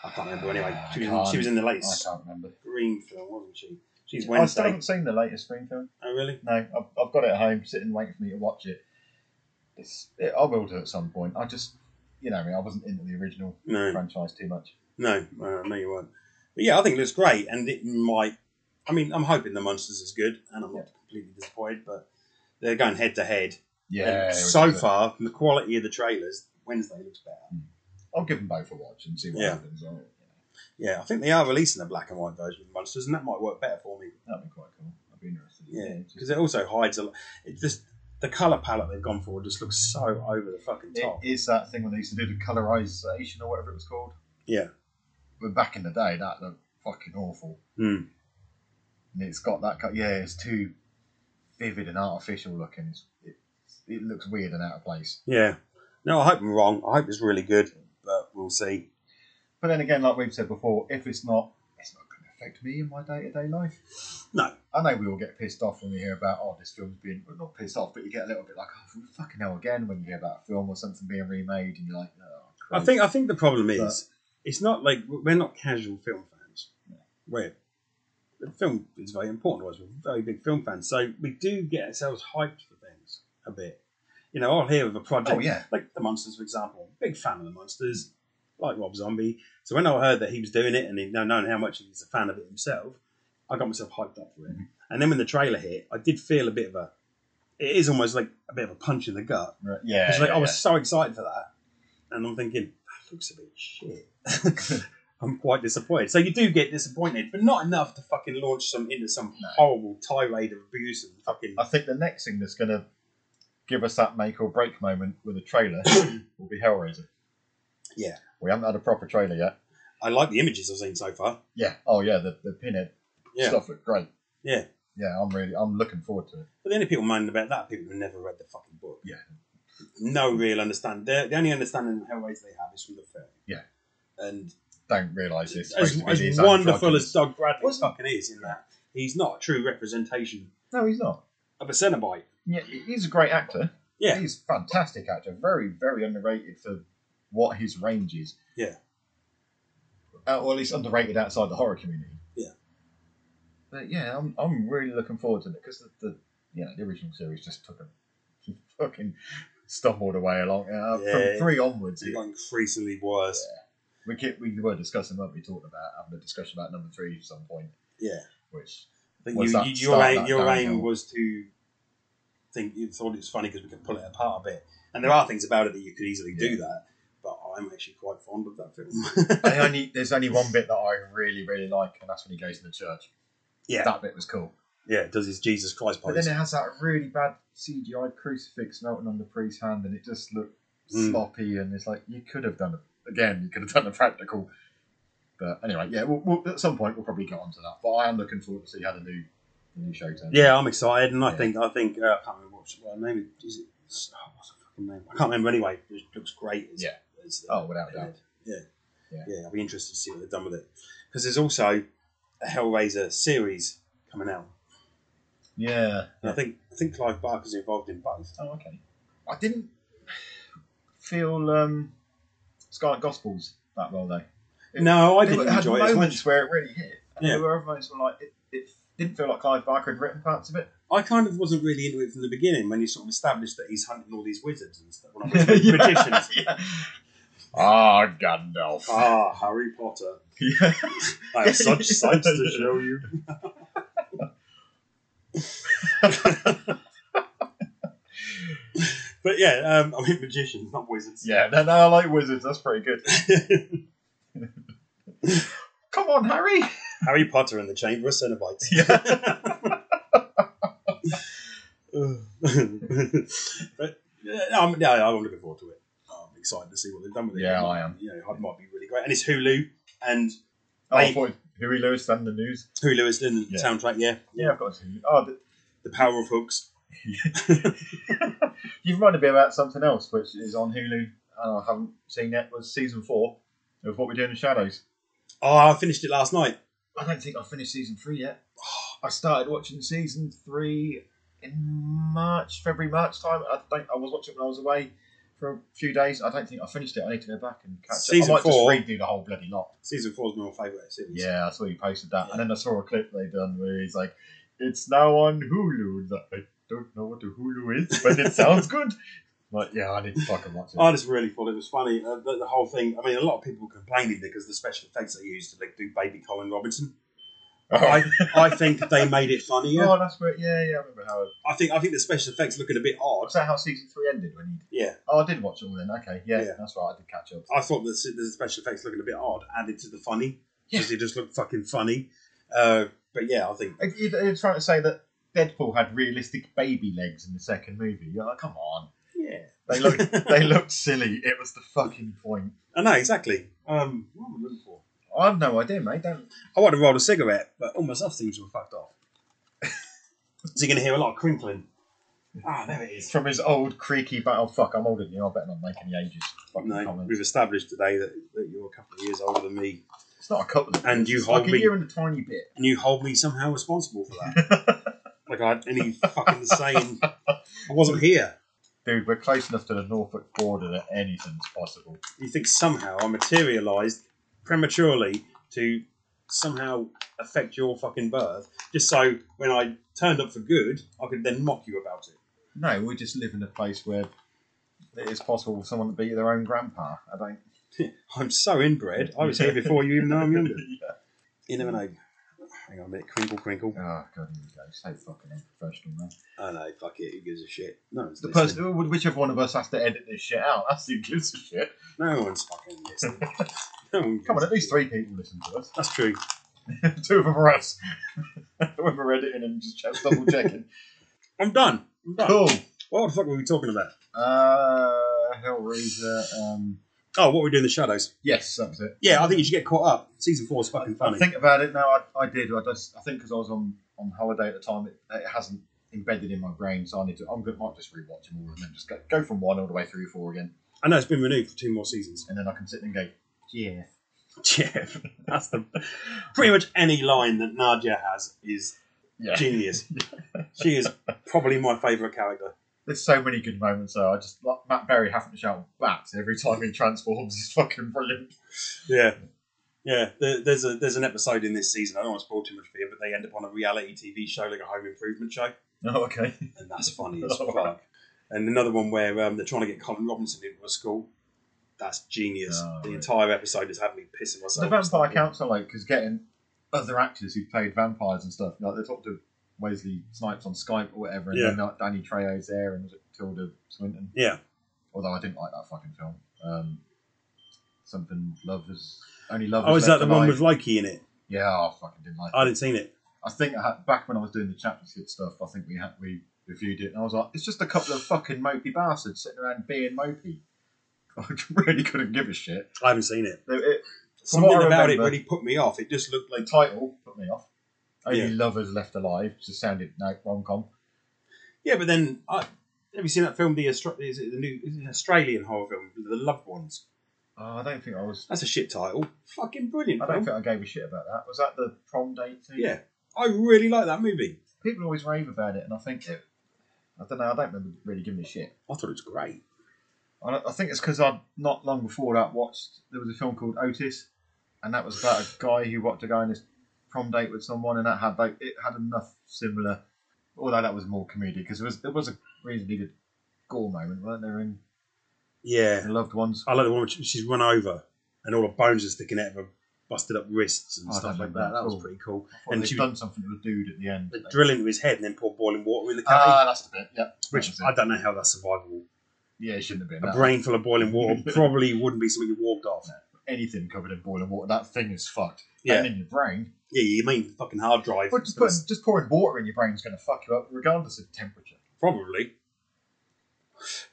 Speaker 3: I can't remember. Anyway, she was, in,
Speaker 4: can't-
Speaker 3: she was in the
Speaker 4: I
Speaker 3: latest
Speaker 4: can't remember.
Speaker 3: Green film, wasn't she?
Speaker 4: I
Speaker 3: She's
Speaker 4: still
Speaker 3: Wednesday.
Speaker 4: haven't seen the latest screen film.
Speaker 3: Oh, really?
Speaker 4: No, I've, I've got it at home, sitting waiting for me to watch it. It's, it. I will do at some point. I just, you know, I, mean, I wasn't into the original
Speaker 3: No.
Speaker 4: franchise too much.
Speaker 3: No, uh, no, you weren't. But yeah, I think it looks great, and it might. I mean, I'm hoping the monsters is good, and I'm not completely disappointed. But they're going head to head.
Speaker 4: Yeah.
Speaker 3: And
Speaker 4: which
Speaker 3: so
Speaker 4: is it.
Speaker 3: far, from the quality of the trailers, Wednesday looks better.
Speaker 4: I'll give them both a watch and see what
Speaker 3: Yeah.
Speaker 4: happens. I'll,
Speaker 3: Yeah, I think they are releasing a black and white version of monsters, and that might work better for me.
Speaker 4: that'd be quite cool. I'd be interested.
Speaker 3: Yeah,
Speaker 4: It's
Speaker 3: because
Speaker 4: just-
Speaker 3: it also hides a lot. It just the color palette they've gone for just looks so over the fucking
Speaker 4: it
Speaker 3: top.
Speaker 4: is that thing when they used to do the colorization or whatever it was called.
Speaker 3: Yeah.
Speaker 4: But back in the day, that looked fucking awful.
Speaker 3: Hmm.
Speaker 4: And it's got that. co- Yeah, it's too vivid and artificial looking. It's, it, it looks weird and out of place.
Speaker 3: Yeah. No, I hope I'm wrong. I hope it's really good, but we'll see.
Speaker 4: But then again, like we've said before, if it's not, it's not going to affect me in my day to day life.
Speaker 3: No.
Speaker 4: I know we all get pissed off when we hear about, oh, this film's being, well, not pissed off, but you get a little bit like, oh, fucking hell again when you hear about a film or something being remade and you're like, oh,
Speaker 3: I
Speaker 4: Christ.
Speaker 3: think I think the problem is
Speaker 4: But-
Speaker 3: it's not like we're not casual film fans. We're the film is very important to us. We're very big film fans, so we do get ourselves hyped for things a bit. You know, I'll hear of a project
Speaker 4: Oh, yeah.
Speaker 3: like The Monsters, for example. Big fan of The Monsters, like Rob Zombie. So when I heard that he was doing it and he now knowing how much he's a fan of it himself, I got myself hyped up for it.
Speaker 4: Mm-hmm.
Speaker 3: And then when the trailer hit, I did feel a bit of a. It is almost like a bit of a punch in the gut
Speaker 4: Right, Yeah.
Speaker 3: because like,
Speaker 4: yeah,
Speaker 3: I was so excited for that, and I'm thinking that looks a bit
Speaker 4: [laughs]
Speaker 3: shit. I'm quite disappointed. So you do get disappointed, but not enough to fucking launch some into some horrible tirade of abuse and fucking.
Speaker 4: yeah. I think the next thing that's going to give us that make or break moment with a
Speaker 3: [coughs]
Speaker 4: trailer will be Hellraiser.
Speaker 3: Yeah.
Speaker 4: We haven't had a proper trailer yet.
Speaker 3: I like the images I've seen so far.
Speaker 4: Yeah. Oh, yeah, the, the pinhead
Speaker 3: Yeah,
Speaker 4: stuff looked great.
Speaker 3: yeah.
Speaker 4: Yeah, I'm really, I'm looking forward to it.
Speaker 3: But the only people moaning about that are people who never read the fucking book.
Speaker 4: Yeah.
Speaker 3: No real understanding. The the only understanding of Hellraiser they have is from the film.
Speaker 4: Yeah.
Speaker 3: And
Speaker 4: Don't realise it's supposed
Speaker 3: as,
Speaker 4: to be
Speaker 3: as
Speaker 4: these
Speaker 3: wonderful
Speaker 4: androgynous-
Speaker 3: as Doug Bradley
Speaker 4: Wasn't-
Speaker 3: fucking is in that, he's not a true representation
Speaker 4: No, he's not.
Speaker 3: of a Cenobite.
Speaker 4: Yeah, he's a great actor.
Speaker 3: Yeah.
Speaker 4: he's a fantastic actor. Very, very underrated for what his range is.
Speaker 3: Yeah.
Speaker 4: Uh, or at least underrated outside the horror community.
Speaker 3: Yeah.
Speaker 4: But yeah, I'm, I'm really looking forward to it because the, the you know the original series just took a [laughs] fucking stumbled away along uh,
Speaker 3: Yeah.
Speaker 4: from three onwards.
Speaker 3: It
Speaker 4: it-
Speaker 3: got increasingly worse.
Speaker 4: we kept, we were discussing what we talked about having a discussion about number three at some point,
Speaker 3: Yeah. [laughs]
Speaker 4: which
Speaker 3: I think
Speaker 4: Was
Speaker 3: you,
Speaker 4: that
Speaker 3: you, your
Speaker 4: start
Speaker 3: aim,
Speaker 4: that
Speaker 3: your aim
Speaker 4: downhill?
Speaker 3: was to think you thought it was funny because we could pull it apart a bit. And there are things about it that you could easily do
Speaker 4: Yeah.
Speaker 3: that, but I'm actually quite fond of that film. [laughs]
Speaker 4: I only there's only one bit that I really really like, and that's when he goes to the church.
Speaker 3: Yeah.
Speaker 4: that bit was cool.
Speaker 3: yeah, it does his Jesus Christ
Speaker 4: But
Speaker 3: pose.
Speaker 4: then it has that really bad CGI crucifix melting on the priest's hand, and it just looked
Speaker 3: Mm.
Speaker 4: sloppy. And it's like you could have done it again. You could have done a practical. But anyway, yeah. We'll, we'll, at some point, we'll probably get onto that. But I am looking forward to see how the new the new show turns.
Speaker 3: Yeah, I'm excited, and I
Speaker 4: Yeah.
Speaker 3: think I think uh, I can't remember what's what her name is. Is it? Oh, what's her fucking name? I can't remember anyway. It looks great. It's,
Speaker 4: Yeah.
Speaker 3: It's,
Speaker 4: Oh, without a doubt.
Speaker 3: Yeah.
Speaker 4: Yeah.
Speaker 3: yeah, I'll be interested to see what they've done with it because there's also a Hellraiser series coming out.
Speaker 4: Yeah.
Speaker 3: And I think I think Clive Barker's involved in both.
Speaker 4: Oh, okay. I didn't feel um, Scarlet Gospels that well though. It-
Speaker 3: No, I
Speaker 4: There were-
Speaker 3: didn't
Speaker 4: had
Speaker 3: enjoy it as
Speaker 4: moments
Speaker 3: much.
Speaker 4: where it really hit. And
Speaker 3: Yeah.
Speaker 4: There were other moments where like it, it didn't feel like Clive Barker had written parts of it.
Speaker 3: I kind of wasn't really into it from the beginning when you sort of established that he's hunting all these wizards and stuff. Well, not
Speaker 4: [laughs]
Speaker 3: wizards,
Speaker 4: Yeah.
Speaker 3: magicians.
Speaker 4: yeah. Ah, Gandalf. [laughs]
Speaker 3: Ah, Harry Potter.
Speaker 4: Yeah.
Speaker 3: I
Speaker 4: [laughs]
Speaker 3: have such sights to show you. [laughs] but yeah, um, I mean magicians, not wizards.
Speaker 4: yeah, no, no, I like wizards. That's pretty good.
Speaker 3: [laughs]
Speaker 4: Come on, Harry.
Speaker 3: Harry Potter and the Chamber of Cenobites. [laughs] but yeah, I'm, yeah, I'm looking forward to it. I'm excited to see what they've done with it.
Speaker 4: Yeah, I am.
Speaker 3: You know, it might be really great. And it's Hulu, and
Speaker 4: Oh,
Speaker 3: Hey.
Speaker 4: I thought Huey Lewis done the news.
Speaker 3: Hulu is doing the
Speaker 4: Yeah.
Speaker 3: soundtrack. Yeah,
Speaker 4: Yeah, I've got to. Oh, th-
Speaker 3: the power of hooks.
Speaker 4: you've reminded me about something else, which is on Hulu, and I haven't seen yet. Was season four of What We Do in the Shadows.
Speaker 3: Oh, I finished it last night.
Speaker 4: I don't think I finished season three yet. I started watching season three in March, February, March time. I think I was watching it when I was away for a few days. I don't think I finished it. I need to go back and catch up.
Speaker 3: Season
Speaker 4: I might
Speaker 3: four.
Speaker 4: just redo the whole bloody lot.
Speaker 3: Season four is my favourite series.
Speaker 4: Yeah, I saw you posted that,
Speaker 3: Yeah.
Speaker 4: and then I saw a clip they done where he's like, "It's now on Hulu." It's like, I don't know what a Hulu is, but it sounds good. [laughs] Like, yeah, I need to fucking watch it.
Speaker 3: I just really thought it was funny. Uh, the, the whole thing. I mean, a lot of people complaining because the special effects they used to like do Baby Colin Robinson. I, I think they made it funnier.
Speaker 4: Oh, that's where. Yeah, yeah, I remember how.
Speaker 3: I think I think the special effects looking a bit odd.
Speaker 4: Was that how season three ended? When he?
Speaker 3: Yeah,
Speaker 4: Oh, I did watch it all then. Okay, yeah,
Speaker 3: Yeah.
Speaker 4: that's right. I did catch up.
Speaker 3: I thought the, the special effects looking a bit odd added to the funny because it just looked fucking funny. Uh, but yeah, I think
Speaker 4: If you- You're trying to say that Deadpool had realistic baby legs in the second movie. You're like, come on.
Speaker 3: [laughs] yeah,
Speaker 4: They looked, they looked silly. It was the fucking point.
Speaker 3: I know exactly. Um, what am I looking for?
Speaker 4: I've no idea, mate. Don't.
Speaker 3: I wanted to roll a cigarette, but all my stuff seems to have fucked off. [laughs] so you're going to hear a lot of crinkling. Ah, there it is.
Speaker 4: It's from his old creaky battle. Fuck, I'm older than you. I better not make any ages. Fucking
Speaker 3: No,
Speaker 4: comments.
Speaker 3: we've established today that, that you're a couple of years older than me,
Speaker 4: It's not a couple of
Speaker 3: and you
Speaker 4: it's
Speaker 3: hold
Speaker 4: like a
Speaker 3: me
Speaker 4: year and a tiny bit.
Speaker 3: and you hold me somehow responsible for that.
Speaker 4: [laughs]
Speaker 3: like I had any fucking saying, I wasn't here.
Speaker 4: Dude, we're close enough to the Norfolk border that anything's possible.
Speaker 3: You think somehow I materialised prematurely to somehow affect your fucking birth, just so when I turned up for good, I could then mock you about it.
Speaker 4: No, we just live in a place where it is possible for someone to be their own grandpa. I don't.
Speaker 3: [laughs] I'm so inbred. I was here before you even know I'm younger. [laughs] You never know. Hang on a minute, crinkle, crinkle.
Speaker 4: Oh god, here we go. So fucking unprofessional, man.
Speaker 3: I know, fuck it. Who gives a shit? No one's
Speaker 4: The
Speaker 3: listening.
Speaker 4: person, whichever one of us has to edit this shit out, that's who gives a shit.
Speaker 3: No one's fucking
Speaker 4: [laughs]
Speaker 3: listening. No one
Speaker 4: Come on,
Speaker 3: gives
Speaker 4: at
Speaker 3: a
Speaker 4: least
Speaker 3: shit.
Speaker 4: three people listen to us. [laughs]
Speaker 3: That's true.
Speaker 4: Two of them are us. [laughs] when we're editing and just check- double
Speaker 3: [laughs]
Speaker 4: checking.
Speaker 3: I'm done. I'm done.
Speaker 4: cool.
Speaker 3: What the fuck were we talking about?
Speaker 4: Uh, Hellraiser. Um,
Speaker 3: Oh, what we do in the shadows?
Speaker 4: yes, that was it.
Speaker 3: Yeah, I think you should get caught up. Season four is fucking funny.
Speaker 4: I think about it now. I, I did. I just. I think because I was on, on holiday at the time, it, it hasn't embedded in my brain. So I need to. I'm going might just rewatch them all and then just go, go from one all the way through four again,
Speaker 3: I know it's been renewed for two more seasons.
Speaker 4: and then I can sit and go. Yeah.
Speaker 3: Jeff, that's the pretty much any line that Nadia has is
Speaker 4: Yeah. [laughs]
Speaker 3: genius. she is probably my favourite character.
Speaker 4: There's so many good moments though. I just like Matt Berry having to shout "bat" every time he transforms is fucking brilliant. [laughs]
Speaker 3: Yeah, yeah. There, there's a there's an episode in this season. I don't want to spoil too much for you, but they end up on a reality TV show like a home improvement show.
Speaker 4: Oh, okay.
Speaker 3: and that's funny
Speaker 4: Oh,
Speaker 3: as fuck. And another one where um, they're trying to get Colin Robinson into a school. That's genius.
Speaker 4: Oh,
Speaker 3: the
Speaker 4: right.
Speaker 3: entire episode is having me pissing
Speaker 4: the
Speaker 3: myself.
Speaker 4: Vampire Council, like, because getting other actors who played vampires and stuff, like they talked to Wesley Snipes on Skype or whatever, and
Speaker 3: Yeah.
Speaker 4: then like, Danny Trejo's there and was it Tilda Swinton.
Speaker 3: Yeah.
Speaker 4: Although I didn't like that fucking film. Um, something Love is only Love.
Speaker 3: Oh, is that
Speaker 4: Left
Speaker 3: the one
Speaker 4: Alive.
Speaker 3: with Loki in it?
Speaker 4: Yeah, I fucking didn't like.
Speaker 3: I
Speaker 4: it.
Speaker 3: didn't seen it.
Speaker 4: I think I had, back when I was doing the championship stuff, I think we had we reviewed it, and I was like, it's just a couple of fucking mopey bastards sitting around being mopey. [laughs] I really couldn't give a shit.
Speaker 3: I haven't seen it.
Speaker 4: It- it-
Speaker 3: Something
Speaker 4: what I
Speaker 3: about it
Speaker 4: remember-
Speaker 3: really put me off. It just looked
Speaker 4: the
Speaker 3: like
Speaker 4: title put me off. Only
Speaker 3: Yeah.
Speaker 4: lovers left alive. Just sounded like rom com.
Speaker 3: Yeah, but then I, have you seen that film? The Austra- is it the new is it an Australian horror film, The Loved Ones.
Speaker 4: Oh, I don't think I was.
Speaker 3: That's a shit title. Fucking brilliant.
Speaker 4: I don't
Speaker 3: film.
Speaker 4: think I gave a shit about that. Was that the prom date thing?
Speaker 3: Yeah, I really like that movie.
Speaker 4: People always rave about it, and I think it. I don't know. I don't remember really giving a shit.
Speaker 3: I thought it was great.
Speaker 4: I, I think it's because I not long before that watched there was a film called Otis, and that was about a guy who watched a guy on his prom date with someone, and that had like it had enough similar. Although that was more comedy because there was there was a reasonably good gore moment, weren't there? In
Speaker 3: Yeah,
Speaker 4: The loved ones.
Speaker 3: I like the one where she- she's run over and all her bones are sticking out of her busted up wrists and
Speaker 4: Oh, I
Speaker 3: stuff
Speaker 4: don't
Speaker 3: like
Speaker 4: remember
Speaker 3: that.
Speaker 4: that
Speaker 3: That
Speaker 4: at
Speaker 3: was
Speaker 4: all.
Speaker 3: pretty cool.
Speaker 4: and
Speaker 3: And
Speaker 4: they've
Speaker 3: she
Speaker 4: done something to a dude at the end.
Speaker 3: they drill into his head and then pour boiling water in the caddy,
Speaker 4: Ah, that's the bit. Yeah,
Speaker 3: which I don't know how that's survivable.
Speaker 4: yeah, it shouldn't have been.
Speaker 3: A
Speaker 4: That.
Speaker 3: brain full of
Speaker 4: [laughs]
Speaker 3: boiling water probably wouldn't be something you walked off.
Speaker 4: Anything covered in boiling water, that thing is fucked.
Speaker 3: Yeah.
Speaker 4: and in your brain.
Speaker 3: Yeah, you mean fucking hard drive?
Speaker 4: But just, putting, just pouring water in your brain is going to fuck you up, regardless of temperature.
Speaker 3: Probably.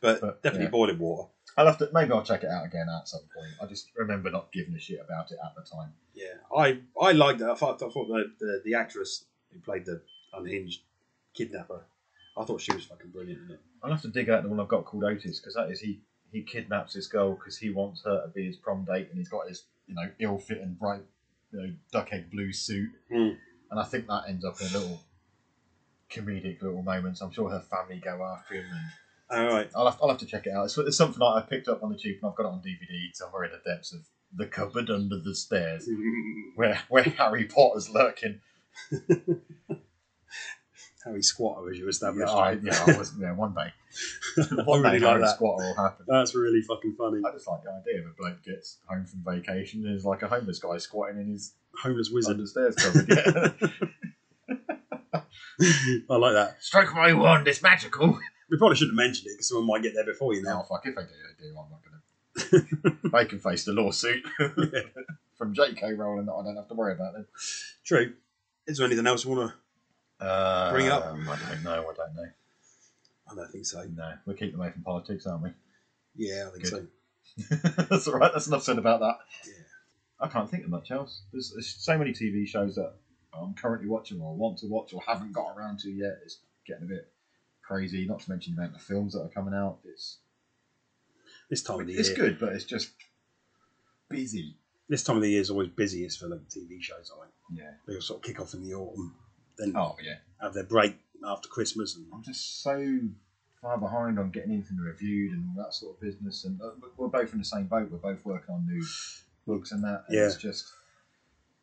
Speaker 3: But,
Speaker 4: But,
Speaker 3: definitely
Speaker 4: yeah.
Speaker 3: boiling water.
Speaker 4: I'll have to maybe I'll check it out again at some point. I just remember not giving a shit about it at the time.
Speaker 3: Yeah, I I liked that. I thought, I thought the, the the actress who played the unhinged kidnapper, I thought she was fucking brilliant in it.
Speaker 4: I'll have to dig out the one I've got called Otis because that is he he kidnaps this girl because he wants her to be his prom date and he's got his you know ill fitting bright you know duck egg blue suit
Speaker 3: Mm.
Speaker 4: and I think that ends up in a little comedic little moments. I'm sure her family go after him. And
Speaker 3: All right,
Speaker 4: I'll have, I'll have to check it out. It's, it's something that I picked up on the tube and I've got it on DVD somewhere in the depths of the cupboard under the stairs where where Harry Potter's lurking.
Speaker 3: [laughs] Harry Squatter, as you
Speaker 4: Yeah,
Speaker 3: established.
Speaker 4: I, yeah, I was, yeah, one [laughs] day.
Speaker 3: [laughs]
Speaker 4: one
Speaker 3: really
Speaker 4: day
Speaker 3: like
Speaker 4: Harry
Speaker 3: that.
Speaker 4: Squatter will happen.
Speaker 3: That's really fucking funny.
Speaker 4: I just like the idea of a bloke gets home from vacation and there's like a homeless guy squatting in his
Speaker 3: Homeless wizard. [laughs]
Speaker 4: under stairs cupboard. [laughs] Yeah.
Speaker 3: I like that.
Speaker 4: Stroke my wand, it's magical.
Speaker 3: We probably shouldn't have mentioned it because someone might get there before you
Speaker 4: No,
Speaker 3: now.
Speaker 4: fuck, if I do, I do, I'm not going [laughs] to. They can face the [laughs] lawsuit from J.K. Rowling that I don't have to worry about then.
Speaker 3: True. Is there anything else you want to?
Speaker 4: Uh,
Speaker 3: Bring it up.
Speaker 4: I don't know, I don't know.
Speaker 3: I don't think so.
Speaker 4: No, we're keeping away from politics, aren't we?
Speaker 3: Yeah, I think
Speaker 4: Good.
Speaker 3: so.
Speaker 4: [laughs] that's all right. That's enough said about that.
Speaker 3: Yeah.
Speaker 4: I can't think of much else. There's, there's so many TV shows that I'm currently watching or want to watch or haven't got around to yet. It's getting a bit crazy. Not to mention the amount of films that are coming out. It's
Speaker 3: This time of the year.
Speaker 4: it's good, but it's just busy.
Speaker 3: This time of the year is always busiest for like TV shows. I think
Speaker 4: Yeah.
Speaker 3: they'll sort of kick off in the autumn, then
Speaker 4: Oh yeah.
Speaker 3: have their break after Christmas and
Speaker 4: I'm just so far behind on getting anything reviewed and all that sort of business. And uh, we're both in the same boat. We're both working on new books and that. And It's just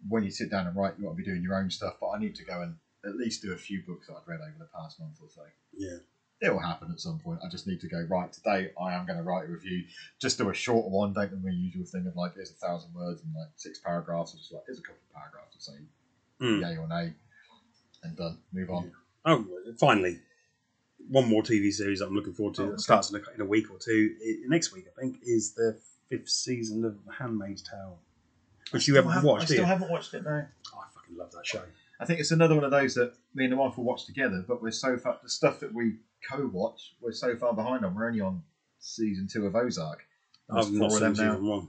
Speaker 4: when you sit down and write, you want to be doing your own stuff. But I need to go and at least do a few books that I've read over the past month or so.
Speaker 3: yeah.
Speaker 4: It will happen at some point. I just need to go right today. I am going to write a review. Just do a shorter one. Don't do my usual thing of like here's a thousand words and like six paragraphs. Or just like here's a couple of paragraphs to say
Speaker 3: Mm.
Speaker 4: yay or nay, and done. Move on.
Speaker 3: Oh, finally, one more TV series that I'm looking forward to
Speaker 4: Oh,
Speaker 3: that
Speaker 4: okay.
Speaker 3: starts in a, in a week or two. I- next week, I think, is the fifth season of Handmaid's Tale, which you haven't watched, do you?
Speaker 4: haven't watched it now.
Speaker 3: Oh, I fucking love that show.
Speaker 4: I think it's another one of those that me and the wife will watch together, but we're so far the stuff that we co-watch, we're so far behind on. We're only on season two of Ozark. There's
Speaker 3: I've
Speaker 4: four
Speaker 3: not
Speaker 4: of
Speaker 3: seen
Speaker 4: them now.
Speaker 3: season one.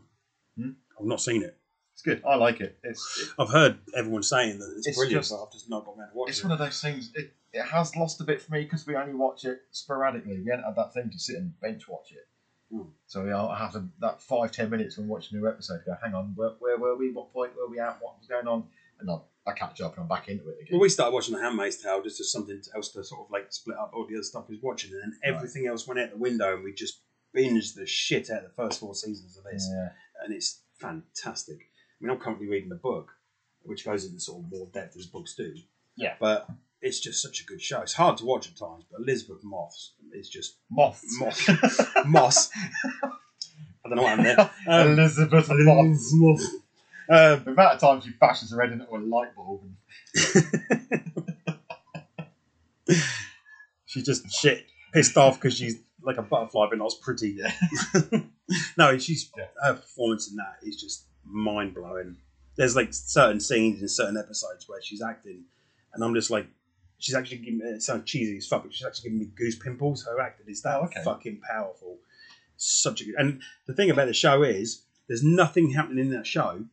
Speaker 4: Hmm?
Speaker 3: I've not seen it.
Speaker 4: It's good. I like it. It's it-
Speaker 3: I've heard everyone saying that it's,
Speaker 4: It's
Speaker 3: brilliant.
Speaker 4: just-
Speaker 3: but I've just not got around to watching
Speaker 4: it's one of those things. It, it has lost a bit for me because we only watch it sporadically. We haven't had that thing to sit and bench watch it.
Speaker 3: Hmm.
Speaker 4: So yeah, I'll have to, that five ten minutes when watching a new episode. Go, hang on, where, where were we? What point were we at? What was going on? And I'll, I catch up and I'm back into it again.
Speaker 3: Well, we started watching The Handmaid's Tale just as something else to sort of like split up all the other stuff we was watching, and then
Speaker 4: Right.
Speaker 3: everything else went out the window, and we just binged the shit out of the first four seasons of this.
Speaker 4: yeah.
Speaker 3: and it's fantastic. I mean, I'm currently reading the book, which goes into sort of more depth as books do.
Speaker 4: Yeah.
Speaker 3: But it's just such a good show. It's hard to watch at times, but Elizabeth Moss is just
Speaker 4: Moths.
Speaker 3: Moss. Moss. I don't know what I'm there. Um,
Speaker 4: Elizabeth Moths.
Speaker 3: Moss. Um,
Speaker 4: The amount of times she bashes her head into a light bulb. And
Speaker 3: she's just shit pissed off because she's like a butterfly, but not as pretty. [laughs] no, she's
Speaker 4: Yeah.
Speaker 3: her performance in that is just mind blowing. There's like certain scenes in certain episodes where she's acting, and I'm just like, she's actually giving it sounds cheesy as fuck, but she's actually giving me goose pimples. Her acting is that
Speaker 4: Oh, okay.
Speaker 3: fucking powerful. Such a good. And the thing about the show is, there's nothing happening in that show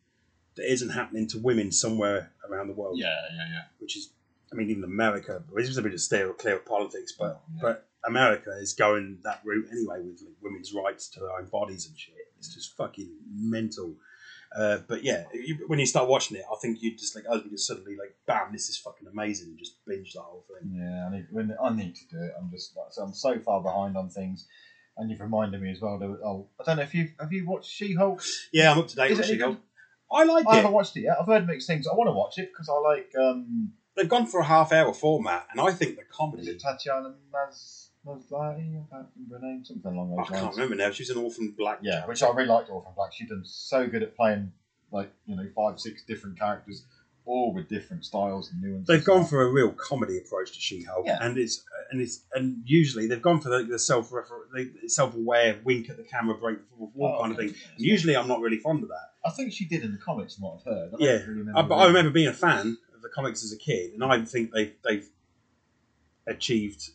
Speaker 3: that isn't happening to women somewhere around the world.
Speaker 4: Yeah, yeah, yeah.
Speaker 3: Which is, I mean, even America, which is a bit of steer clear of politics, but but America is going that route anyway with like, women's rights to their own bodies and shit. It's just fucking mental. Uh, but yeah, you, when you start watching it, I think you just like us, we just suddenly like, bam, this is fucking amazing, and just binge the whole thing.
Speaker 4: Yeah, I need, when I need to do it. I'm just like so I'm so far behind on things, and you've reminded me as well. To, oh, I don't know if you have you watched She-Hulk.
Speaker 3: Yeah, I'm up to date.
Speaker 4: Is
Speaker 3: with
Speaker 4: it any
Speaker 3: She-Hulk. I like
Speaker 4: I
Speaker 3: it.
Speaker 4: haven't watched it yet. I've heard mixed things. I want to watch it because I like um,
Speaker 3: They've gone for a half hour format, and I think the
Speaker 4: is
Speaker 3: comedy.
Speaker 4: it Tatiana Maz Maslany? I can't remember her name. Something along
Speaker 3: I
Speaker 4: those
Speaker 3: can't
Speaker 4: lines.
Speaker 3: remember now. She's an orphan black.
Speaker 4: Yeah, which I really liked Orphan Black. She'd done so good at playing like you know five, six different characters, all with different styles and nuances.
Speaker 3: They've gone for a real comedy approach to She-Hulk,
Speaker 4: Yeah.
Speaker 3: and it's and it's and usually they've gone for the, the self the self-aware wink at the camera, break the fourth wall
Speaker 4: Oh,
Speaker 3: kind of
Speaker 4: okay.
Speaker 3: thing. And usually, I'm not really fond of that.
Speaker 4: I think she did in the comics, from what I've heard. I don't
Speaker 3: Yeah.
Speaker 4: really remember
Speaker 3: I, but I
Speaker 4: reading.
Speaker 3: remember being a fan of the comics as a kid, and I think they they've achieved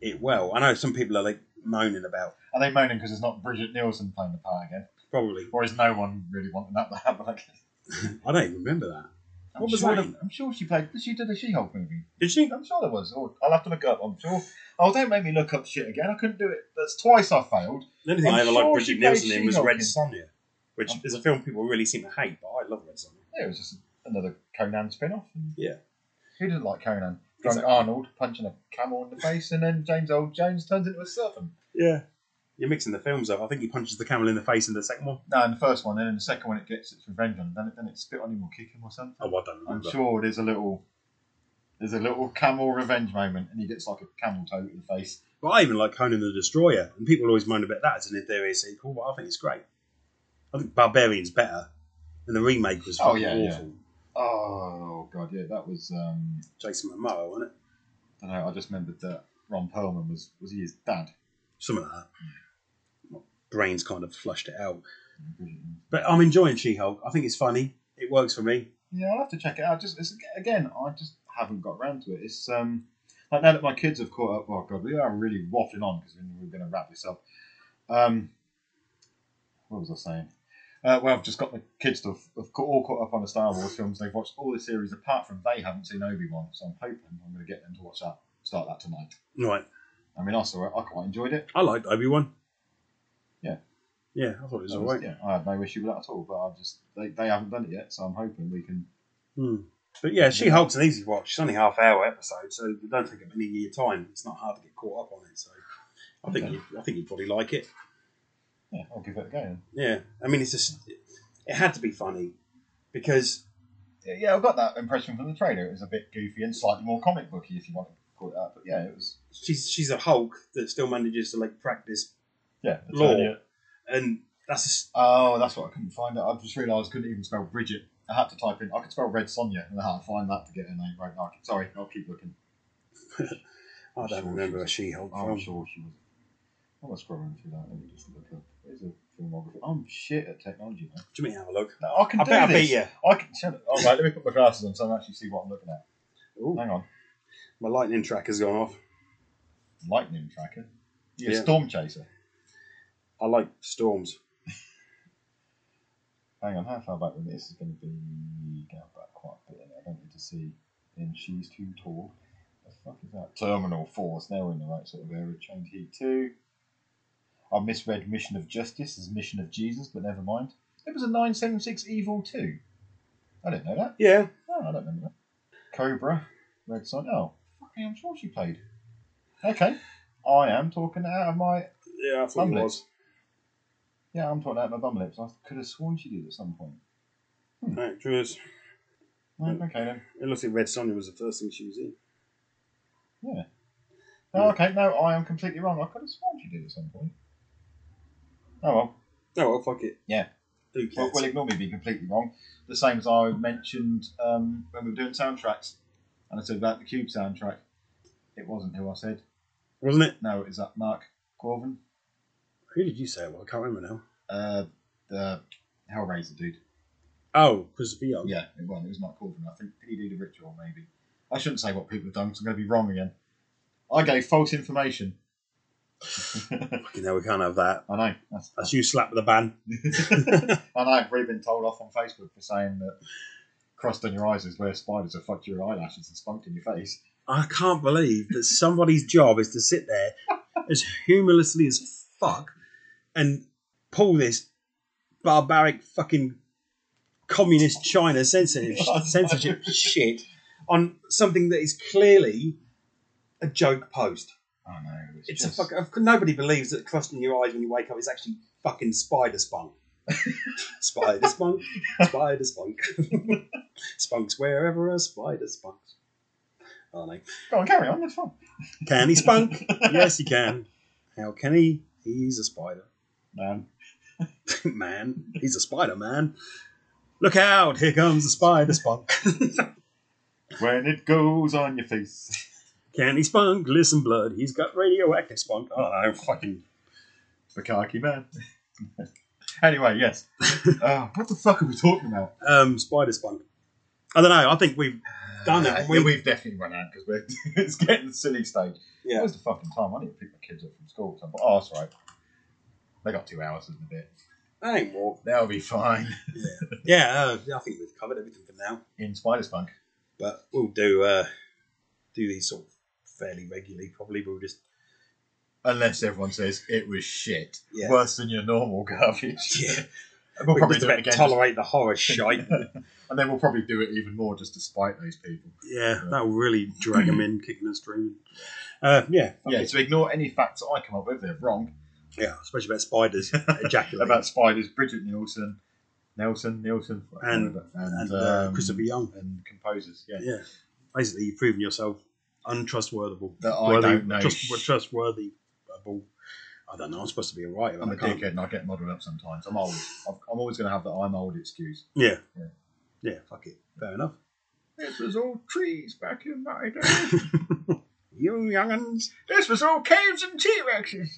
Speaker 3: it well. I know some people are like moaning about
Speaker 4: Are they moaning because it's not Bridget Nielsen playing the part again?
Speaker 3: probably.
Speaker 4: Or is no one really wanting that to happen? Like,
Speaker 3: I don't even remember that.
Speaker 4: I'm
Speaker 3: What was
Speaker 4: sure
Speaker 3: that
Speaker 4: that-
Speaker 3: in?
Speaker 4: I'm sure she played. She did a She-Hulk movie.
Speaker 3: Did she?
Speaker 4: I'm sure there was. Oh, I'll have to look it up. I'm sure. Oh, don't make me look up shit again. I couldn't do it. That's twice I failed.
Speaker 3: The only thing
Speaker 4: I'm
Speaker 3: I ever
Speaker 4: sure
Speaker 3: liked
Speaker 4: she played
Speaker 3: Bridget Nielsen in was
Speaker 4: She-Hulk
Speaker 3: Red
Speaker 4: in-
Speaker 3: Sonja, which
Speaker 4: Um,
Speaker 3: is a film people really seem to hate, but I love Red Sonja.
Speaker 4: Yeah, it was just another Conan spin-off. And
Speaker 3: Yeah.
Speaker 4: Who didn't like Conan? Drunk
Speaker 3: Exactly.
Speaker 4: Arnold punching a camel in the face, and then James Old Jones turns into a serpent.
Speaker 3: Yeah. You're mixing the films up. I think he punches the camel in the face in the second one.
Speaker 4: No, in the first one, then in the second one, it gets its revenge on. him. Then it, then it spit on him or kick him or something.
Speaker 3: Oh, I don't
Speaker 4: I'm
Speaker 3: remember.
Speaker 4: sure there's a little there's a little camel revenge moment and he gets like a camel toe in the face.
Speaker 3: But I even like Conan the Destroyer, and people always moan about that as an inferior sequel, but I think it's great. I think Barbarian's better, and the remake was
Speaker 4: Oh,
Speaker 3: fucking
Speaker 4: yeah, yeah.
Speaker 3: awful.
Speaker 4: Oh god, yeah, that was um
Speaker 3: Jason Momoa, wasn't it?
Speaker 4: I don't know, I just remembered that Ron Perlman was was he his dad?
Speaker 3: Some of that. My brain's kind of flushed it out.
Speaker 4: Brilliant.
Speaker 3: But I'm enjoying She-Hulk. I think it's funny. It works for me.
Speaker 4: Yeah, I'll have to check it out. Just it's, again, I just haven't got round to it. It's um like now that my kids have caught up. Oh god, we are really waffling on because we're going to wrap this up. Um, what was I saying? Uh, well, I've just got the kids to have, have ca- all caught up on the Star Wars films. They've watched all the series apart from they haven't seen Obi Wan, so I'm hoping I'm going to get them to watch that, start that tonight.
Speaker 3: Right.
Speaker 4: I mean, I saw it. I quite enjoyed it.
Speaker 3: I liked Obi-Wan.
Speaker 4: Yeah.
Speaker 3: Yeah, I thought it was
Speaker 4: I was-
Speaker 3: alright.
Speaker 4: Yeah, I had no issue with that at all. But I've just they, they haven't done it yet, so I'm hoping we can.
Speaker 3: Hmm. But yeah, She Hulk's an easy watch. It's only half hour episode, so it don't take up any of your time. It's not hard to get caught up on it. So I think
Speaker 4: Okay.
Speaker 3: you, I think you'd probably like it.
Speaker 4: Yeah, I'll give it a go. Then.
Speaker 3: Yeah, I mean, it's just it had to be funny because
Speaker 4: Yeah, yeah, I got that impression from the trailer. It was a bit goofy and slightly more comic booky, if you want to call it that. But yeah, it was.
Speaker 3: she's she's a Hulk that still manages to like practice,
Speaker 4: Yeah, the
Speaker 3: Law.
Speaker 4: trailer-
Speaker 3: and that's just,
Speaker 4: Oh, that's what I couldn't find. out. I just realised I couldn't even spell Bridget. I had to type in. I could spell Red Sonja, and I had to find that to get her name right. No, I can- sorry, I'll keep looking.
Speaker 3: I
Speaker 4: Sure,
Speaker 3: don't remember
Speaker 4: sure.
Speaker 3: a She Hulk
Speaker 4: I'm
Speaker 3: film.
Speaker 4: sure she was. I was scrolling through that. Let me just look up. Where's the filmography? I'm shit at technology, man.
Speaker 3: Do you mean have a look?
Speaker 4: No, I can
Speaker 3: I
Speaker 4: do
Speaker 3: bet I
Speaker 4: this.
Speaker 3: beat you.
Speaker 4: I can. Shut up. All right, let me put my glasses on so I can actually see what I'm looking at.
Speaker 3: Ooh,
Speaker 4: Hang on.
Speaker 3: my lightning track has gone off.
Speaker 4: Lightning tracker. Yeah,
Speaker 3: Yeah.
Speaker 4: storm chaser.
Speaker 3: I like storms.
Speaker 4: Hang on, how far back with this is going to be going back quite a bit. and I don't need to see in She's Too Tall. The fuck is that? Terminal Force. Now we're in the right sort of area. Change Heat 2. I misread Mission of Justice as Mission of Jesus, but never mind. It was a 976 Evil 2. I didn't know that.
Speaker 3: Yeah,
Speaker 4: No, I don't remember that. Cobra, Red Sun. Oh, fucking, I'm sure she played. Okay. I am talking out of my.
Speaker 3: yeah, I thought it
Speaker 4: Lovely.
Speaker 3: was.
Speaker 4: Yeah, I'm talking out of my bum lips. I could have sworn she did at some point.
Speaker 3: Right, it was.
Speaker 4: Right, Okay then.
Speaker 3: It looks like Red Sonja was the first thing she was in.
Speaker 4: Oh, okay, no, I am completely wrong. I could have sworn she did at some point. Oh well,
Speaker 3: Oh well, fuck it.
Speaker 4: Yeah.
Speaker 3: Who
Speaker 4: well,
Speaker 3: cares?
Speaker 4: well ignore me being completely wrong. The same as I mentioned um, when we were doing soundtracks, and I said about the Cube soundtrack. It wasn't who I said.
Speaker 3: Wasn't it?
Speaker 4: No, it was that Mark Corvin,
Speaker 3: Who did you say it was? I can't remember now.
Speaker 4: uh, the Hellraiser dude.
Speaker 3: Oh, Christopher Young.
Speaker 4: Yeah, it wasn't. It was Mark Corvin. I think did he do the ritual? Maybe. I shouldn't say what people have done because I'm going to be wrong again. I gave false information.
Speaker 3: You know, we can't have that.
Speaker 4: I know. That's,
Speaker 3: That's you slap with a ban.
Speaker 4: I know. I've really been told off on Facebook for saying that crust on your eyes is where spiders have fucked your eyelashes and spunked in your face.
Speaker 3: I can't believe that somebody's job is to sit
Speaker 4: [laughs]
Speaker 3: there as humorlessly as fuck and pull this barbaric fucking communist
Speaker 4: [laughs]
Speaker 3: China censorship,
Speaker 4: Oh,
Speaker 3: censorship shit on something that is clearly a joke post.
Speaker 4: I know.
Speaker 3: It's
Speaker 4: just-
Speaker 3: a fuck. of- Nobody believes that crusting your eyes when you wake up is actually fucking spider spunk. spider spunk, spider spunk, [laughs] spunks wherever a spider spunks. Oh no.
Speaker 4: Go on, carry on. That's fine.
Speaker 3: Can he spunk? yes, he can. How can he? He's a spider [laughs]
Speaker 4: Man,
Speaker 3: man. He's a spider man. Look out! Here comes the spider spunk.
Speaker 4: when it goes on your face.
Speaker 3: Can he spunk? Listen, blood. He's got radioactive spunk. Oh, I'm fucking.
Speaker 4: The khaki man. [laughs] anyway,
Speaker 3: [laughs]
Speaker 4: yes. uh, what the fuck are we talking about?
Speaker 3: Um, spider spunk. I don't know. I think we've done it.
Speaker 4: Uh,
Speaker 3: We-
Speaker 4: we've definitely run out because we're [laughs] it's getting the silly stage.
Speaker 3: Yeah.
Speaker 4: Where's the fucking time? I need to pick my kids up from school. or something. Oh, that's right. They got two hours in a bit.
Speaker 3: I ain't walk.
Speaker 4: They'll be fine.
Speaker 3: Yeah, uh, I think we've covered everything for now.
Speaker 4: In Spider Spunk.
Speaker 3: But we'll do uh, do these sort of fairly regularly. Probably we'll just
Speaker 4: Unless everyone says it was shit.
Speaker 3: Yeah.
Speaker 4: Worse than your normal garbage.
Speaker 3: [laughs] yeah.
Speaker 4: [laughs] We'll
Speaker 3: we
Speaker 4: probably
Speaker 3: just
Speaker 4: do it
Speaker 3: about
Speaker 4: again. just-
Speaker 3: tolerate the
Speaker 4: [laughs]
Speaker 3: horror shite.
Speaker 4: and then we'll probably do it even more just to spite those people.
Speaker 3: Yeah, that'll really drag them in, kicking and screaming. Uh, yeah,
Speaker 4: Yeah, so ignore any facts that I come up with. They're wrong.
Speaker 3: yeah, especially
Speaker 4: [laughs]
Speaker 3: about spiders ejaculating
Speaker 4: About spiders, Bridget Nielsen, Nelson, Nielsen,
Speaker 3: And-
Speaker 4: whatever,
Speaker 3: and uh,
Speaker 4: um,
Speaker 3: Christopher Young.
Speaker 4: and composers. Yeah.
Speaker 3: Yeah, basically, you've proven yourself untrustworthy.
Speaker 4: That I don't know
Speaker 3: Trust,
Speaker 4: sh-
Speaker 3: trustworthy. I don't know. I'm supposed to be a writer.
Speaker 4: I'm
Speaker 3: I
Speaker 4: a
Speaker 3: can't-
Speaker 4: dickhead and I get muddled up sometimes. I'm old. I've, I'm always going to have that I'm old excuse.
Speaker 3: Yeah. yeah,
Speaker 4: Yeah.
Speaker 3: Fuck it. Fair enough.
Speaker 4: This was all trees back in my day.
Speaker 3: You young'uns,
Speaker 4: this was all caves and T Rexes.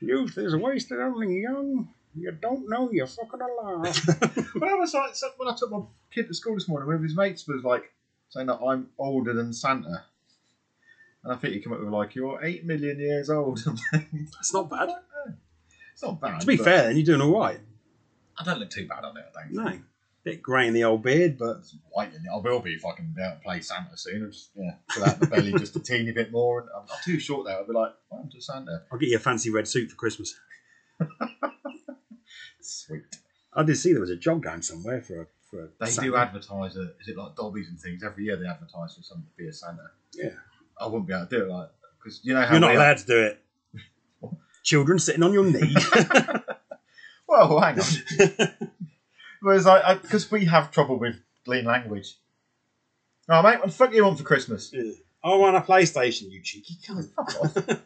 Speaker 3: youth is wasted only young. You don't know you're fucking alive.
Speaker 4: when I was like, so- when I took my kid to school this morning, one of his mates was like saying that I'm older than Santa. And I think he came up with like, you're 8 million years old. [laughs] it's
Speaker 3: [laughs] That's not bad.
Speaker 4: not bad.
Speaker 3: To be
Speaker 4: but
Speaker 3: fair, then you're doing all right.
Speaker 4: I don't look too bad on it, I don't.
Speaker 3: No, bit grey in the old beard, but
Speaker 4: It's White, in it. I will be if I can uh, play Santa soon. I'll Just, yeah, fill out the
Speaker 3: [laughs]
Speaker 4: belly just a teeny bit more. And I'm not too short there. I'll be like, I'm to Santa.
Speaker 3: I'll get you a fancy red suit for Christmas.
Speaker 4: Sweet.
Speaker 3: I did see there was a job going somewhere for a. For a
Speaker 4: They
Speaker 3: Saturday.
Speaker 4: do advertise it. Is it like Dobbies and things? Every year they advertise for something to be a Santa.
Speaker 3: Yeah.
Speaker 4: I wouldn't be able to do it like because you know how
Speaker 3: You're not
Speaker 4: we-
Speaker 3: allowed to
Speaker 4: [laughs]
Speaker 3: do it. Children sitting on your knee.
Speaker 4: Well, hang on. Whereas I because we have trouble with lean language. Oh mate, what the fuck do you want for Christmas?
Speaker 3: I want a PlayStation, you cheeky cunt.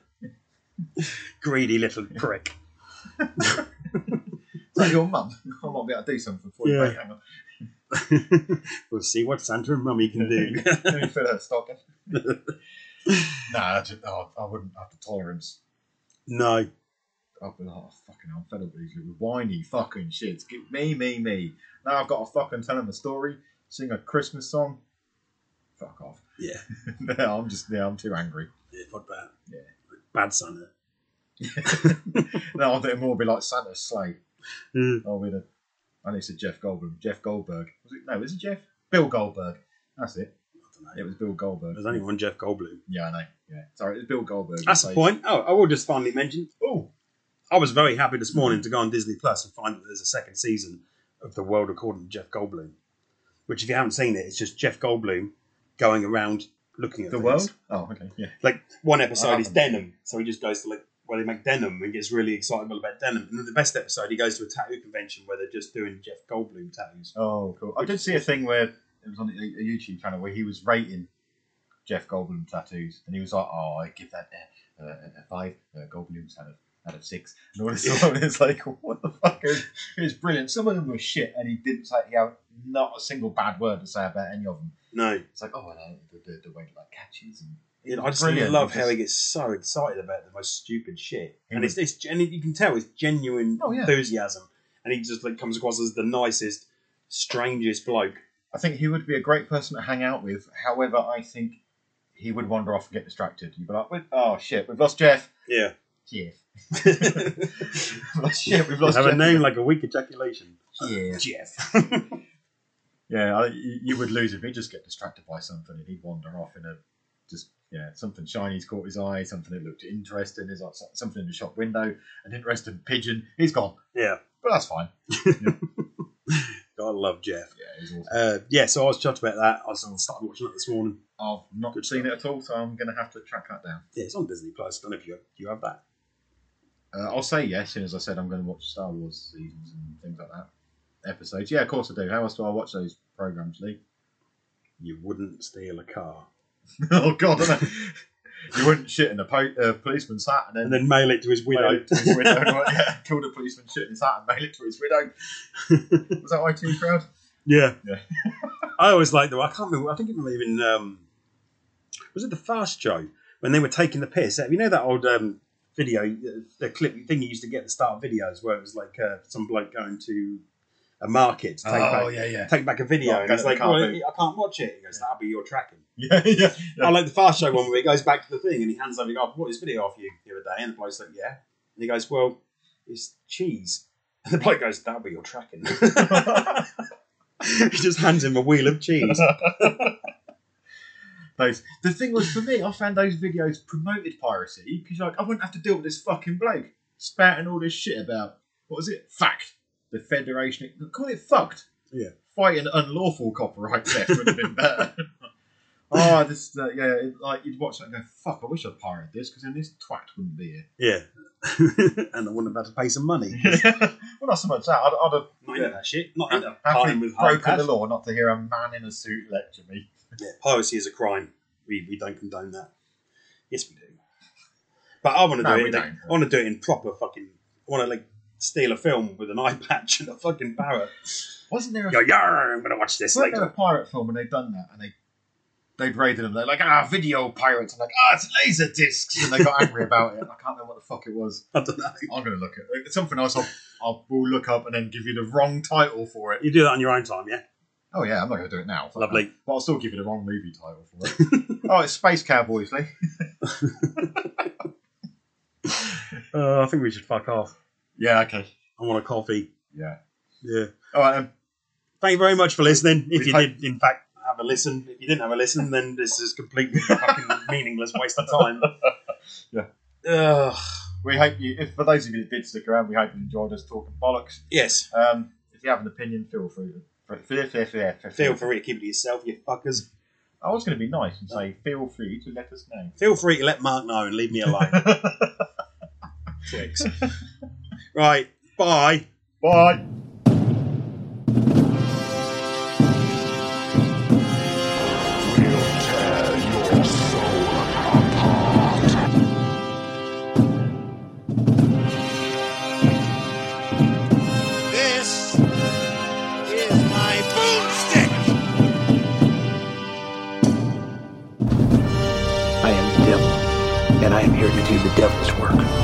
Speaker 3: Greedy little prick. [laughs]
Speaker 4: Is that your mum? I might be able to do something for you,
Speaker 3: Yeah.
Speaker 4: mate. Hang on.
Speaker 3: we'll see what Santa and Mummy can do.
Speaker 4: [laughs] Let me fill her stocking. no, I, just, oh, I wouldn't have the tolerance.
Speaker 3: no.
Speaker 4: I'd be like, oh, fucking hell, I'm fed up with these little whiny fucking shits. Give me, me, me. Now I've got to fucking tell them a story, sing a Christmas song. Fuck off. [laughs]
Speaker 3: Yeah.
Speaker 4: no, I'm just, yeah, I'm too angry.
Speaker 3: Yeah, what about?
Speaker 4: Yeah.
Speaker 3: Bad Santa.
Speaker 4: No, I'll do it more be like Santa's sleigh.
Speaker 3: Yeah.
Speaker 4: Oh, with a. I need to Jeff Goldblum. Jeff Goldberg. Was it? No, is it Jeff? Bill Goldberg. That's it. It was Bill Goldberg.
Speaker 3: There's only one Jeff Goldblum.
Speaker 4: Yeah, I know. Yeah. Sorry, it was Bill Goldberg.
Speaker 3: That's the
Speaker 4: Played-
Speaker 3: point. Oh, I will just finally mention
Speaker 4: Oh,
Speaker 3: I was very happy this morning to go on Disney Plus and find that there's a second season of The World According to Jeff Goldblum, which, if you haven't seen it, it's just Jeff Goldblum going around looking at
Speaker 4: the
Speaker 3: things.
Speaker 4: world. Oh, okay. Yeah.
Speaker 3: Like one episode
Speaker 4: I
Speaker 3: is
Speaker 4: haven't.
Speaker 3: denim, so he just goes to like where they make denim and gets really excited about denim. And then the best episode, he goes to a tattoo convention where they're just doing Jeff Goldblum tattoos.
Speaker 4: Oh, cool. I did see a thing where it was on a a YouTube channel where he was rating Jeff Goldblum tattoos, and he was like, "Oh, I give that a, a, a five uh, Goldblums out of out of six. And all
Speaker 3: [laughs]
Speaker 4: this stuff. And it's like, what the fuck? It was, it was brilliant. Some of them were shit, and he didn't say he had not a single bad word to say about any of them.
Speaker 3: No,
Speaker 4: It's like, oh, and uh, the, the, the way he like catches and
Speaker 3: you know, I just
Speaker 4: Brilliant.
Speaker 3: love how
Speaker 4: Just-
Speaker 3: he gets so excited about the most stupid shit,
Speaker 4: He
Speaker 3: and it's, it's and you can tell it's genuine
Speaker 4: Oh, yeah.
Speaker 3: enthusiasm, and he just like comes across as the nicest, strangest bloke.
Speaker 4: I think he would be a great person to hang out with. However, I think he would wander off and get distracted. You'd be like, "Wait- oh shit, we've lost Jeff.
Speaker 3: [laughs] Yeah.
Speaker 4: Jeff. [laughs]
Speaker 3: you
Speaker 4: Like, shit, we've lost
Speaker 3: have a
Speaker 4: Jeff
Speaker 3: name
Speaker 4: again.
Speaker 3: like a weak ejaculation.
Speaker 4: Yeah.
Speaker 3: Jeff.
Speaker 4: Yeah, I, you you would lose him. He'd just get distracted by something and he'd wander off in a just yeah something shiny's caught his eye, something that looked interesting. There's like so- something in the shop window, an interesting pigeon. He's gone,
Speaker 3: yeah.
Speaker 4: but that's fine.
Speaker 3: I love Jeff.
Speaker 4: Yeah, he's awesome.
Speaker 3: Uh, yeah, so I was chuffed about that. I sort of started watching that this morning.
Speaker 4: I've not
Speaker 3: good
Speaker 4: seen it at all, so I'm going to have to track that down.
Speaker 3: Yeah, it's on Disney Plus. I don't know if you have, you have that.
Speaker 4: Uh, I'll say yes, soon as I said I'm going to watch Star Wars seasons and things like that episodes. Yeah, of course I do. How else do I watch those programs, Lee? [laughs]
Speaker 3: You wouldn't steal a car
Speaker 4: oh God, I know. you wouldn't shit in a po- uh, policeman's hat and then.
Speaker 3: and then mail it to his
Speaker 4: Mail
Speaker 3: widow.
Speaker 4: it to his [laughs] widow. [laughs] yeah, killed a policeman, shit in his hat, and mail it to his [laughs] widow. Was that IT crowd?
Speaker 3: Yeah.
Speaker 4: Yeah.
Speaker 3: [laughs] I always liked the. I can't remember. I think it was even. Um, was it the Fast Show when they were taking the piss? You know that old um, video, uh, the clip thing you used to get at the start of videos where it was like uh, some bloke going to a market to take, back,
Speaker 4: Oh, yeah, [laughs] yeah,
Speaker 3: take back a video.
Speaker 4: Like,
Speaker 3: and he's
Speaker 4: go to
Speaker 3: like,
Speaker 4: the
Speaker 3: well,
Speaker 4: car
Speaker 3: I
Speaker 4: boot."
Speaker 3: can't watch it. He goes, that'll be your tracking.
Speaker 4: yeah, yeah.
Speaker 3: I like the Fast Show one where he goes back to the thing and he hands over, I bought this video off you the other day. And the bloke's like, yeah. And he goes, well, it's cheese. [laughs] And the bloke goes, that'll be your tracking. [laughs] he just hands him a wheel of cheese.
Speaker 4: Those. The thing was, for me, I found those videos promoted piracy because like I wouldn't have to deal with this fucking bloke spouting all this shit about what was it? Fact. The Federation. Call it fucked.
Speaker 3: Yeah.
Speaker 4: Fighting unlawful copyright theft would have been better. [laughs] oh, this. Uh, yeah, it, like you'd watch that and go, fuck. I wish I pirated this because then this twat wouldn't be here.
Speaker 3: [laughs] Yeah. [laughs] and I wouldn't have had to pay some money.
Speaker 4: well, not so much that. I'd, I'd have
Speaker 3: Not into that shit. Not into partying
Speaker 4: happily
Speaker 3: with hard
Speaker 4: broken the
Speaker 3: cash.
Speaker 4: law not to hear a man in a suit lecture me.
Speaker 3: Yeah, piracy is a crime. We, we don't condone that. Yes, we do. But I want to
Speaker 4: No,
Speaker 3: do
Speaker 4: we
Speaker 3: it. in-
Speaker 4: don't.
Speaker 3: I want to do it in proper fucking. I want to like steal a film with an eye patch and a fucking parrot.
Speaker 4: Wasn't there a
Speaker 3: Go, "Yarr, I'm gonna watch this
Speaker 4: Wasn't there a
Speaker 3: later.
Speaker 4: pirate film and they'd done that and they they'd raided them? They're like, ah, video pirates. I'm like, ah, it's laser discs, and they got angry about it. I can't remember what the fuck it was.
Speaker 3: I don't know.
Speaker 4: I'm gonna look at it's something else. I'll, I'll we'll look up and then give you the wrong title for it.
Speaker 3: You do that on your own time, yeah?
Speaker 4: Oh yeah, I'm not gonna do it now. Fuck
Speaker 3: Lovely.
Speaker 4: that. But I'll still give you the wrong movie title for it. [laughs] oh, it's Space Cowboys, Lee.
Speaker 3: Uh, I think we should fuck off.
Speaker 4: Yeah, okay.
Speaker 3: I want a coffee.
Speaker 4: Yeah.
Speaker 3: Yeah.
Speaker 4: All right. Um,
Speaker 3: Thank you very much for listening. If
Speaker 4: we
Speaker 3: you
Speaker 4: hope-
Speaker 3: did, in fact, have a listen. If you didn't have a listen, then this is completely fucking [laughs] meaningless waste of time.
Speaker 4: Yeah.
Speaker 3: Ugh.
Speaker 4: we hope you. If for those of you that did stick around, we hope you enjoyed us talking bollocks.
Speaker 3: yes.
Speaker 4: Um, if you have an opinion, feel free. to- Feel, feel, feel, feel,
Speaker 3: Feel free to keep it to yourself, you fuckers.
Speaker 4: I was going to be nice and say, feel free to let us know.
Speaker 3: Feel free to let Mark know and leave me [laughs] alone. Twix. Right. Bye.
Speaker 4: Bye.
Speaker 1: We'll tear your soul apart.
Speaker 6: This is my boomstick.
Speaker 1: I am the devil, and I am here to do the devil's work.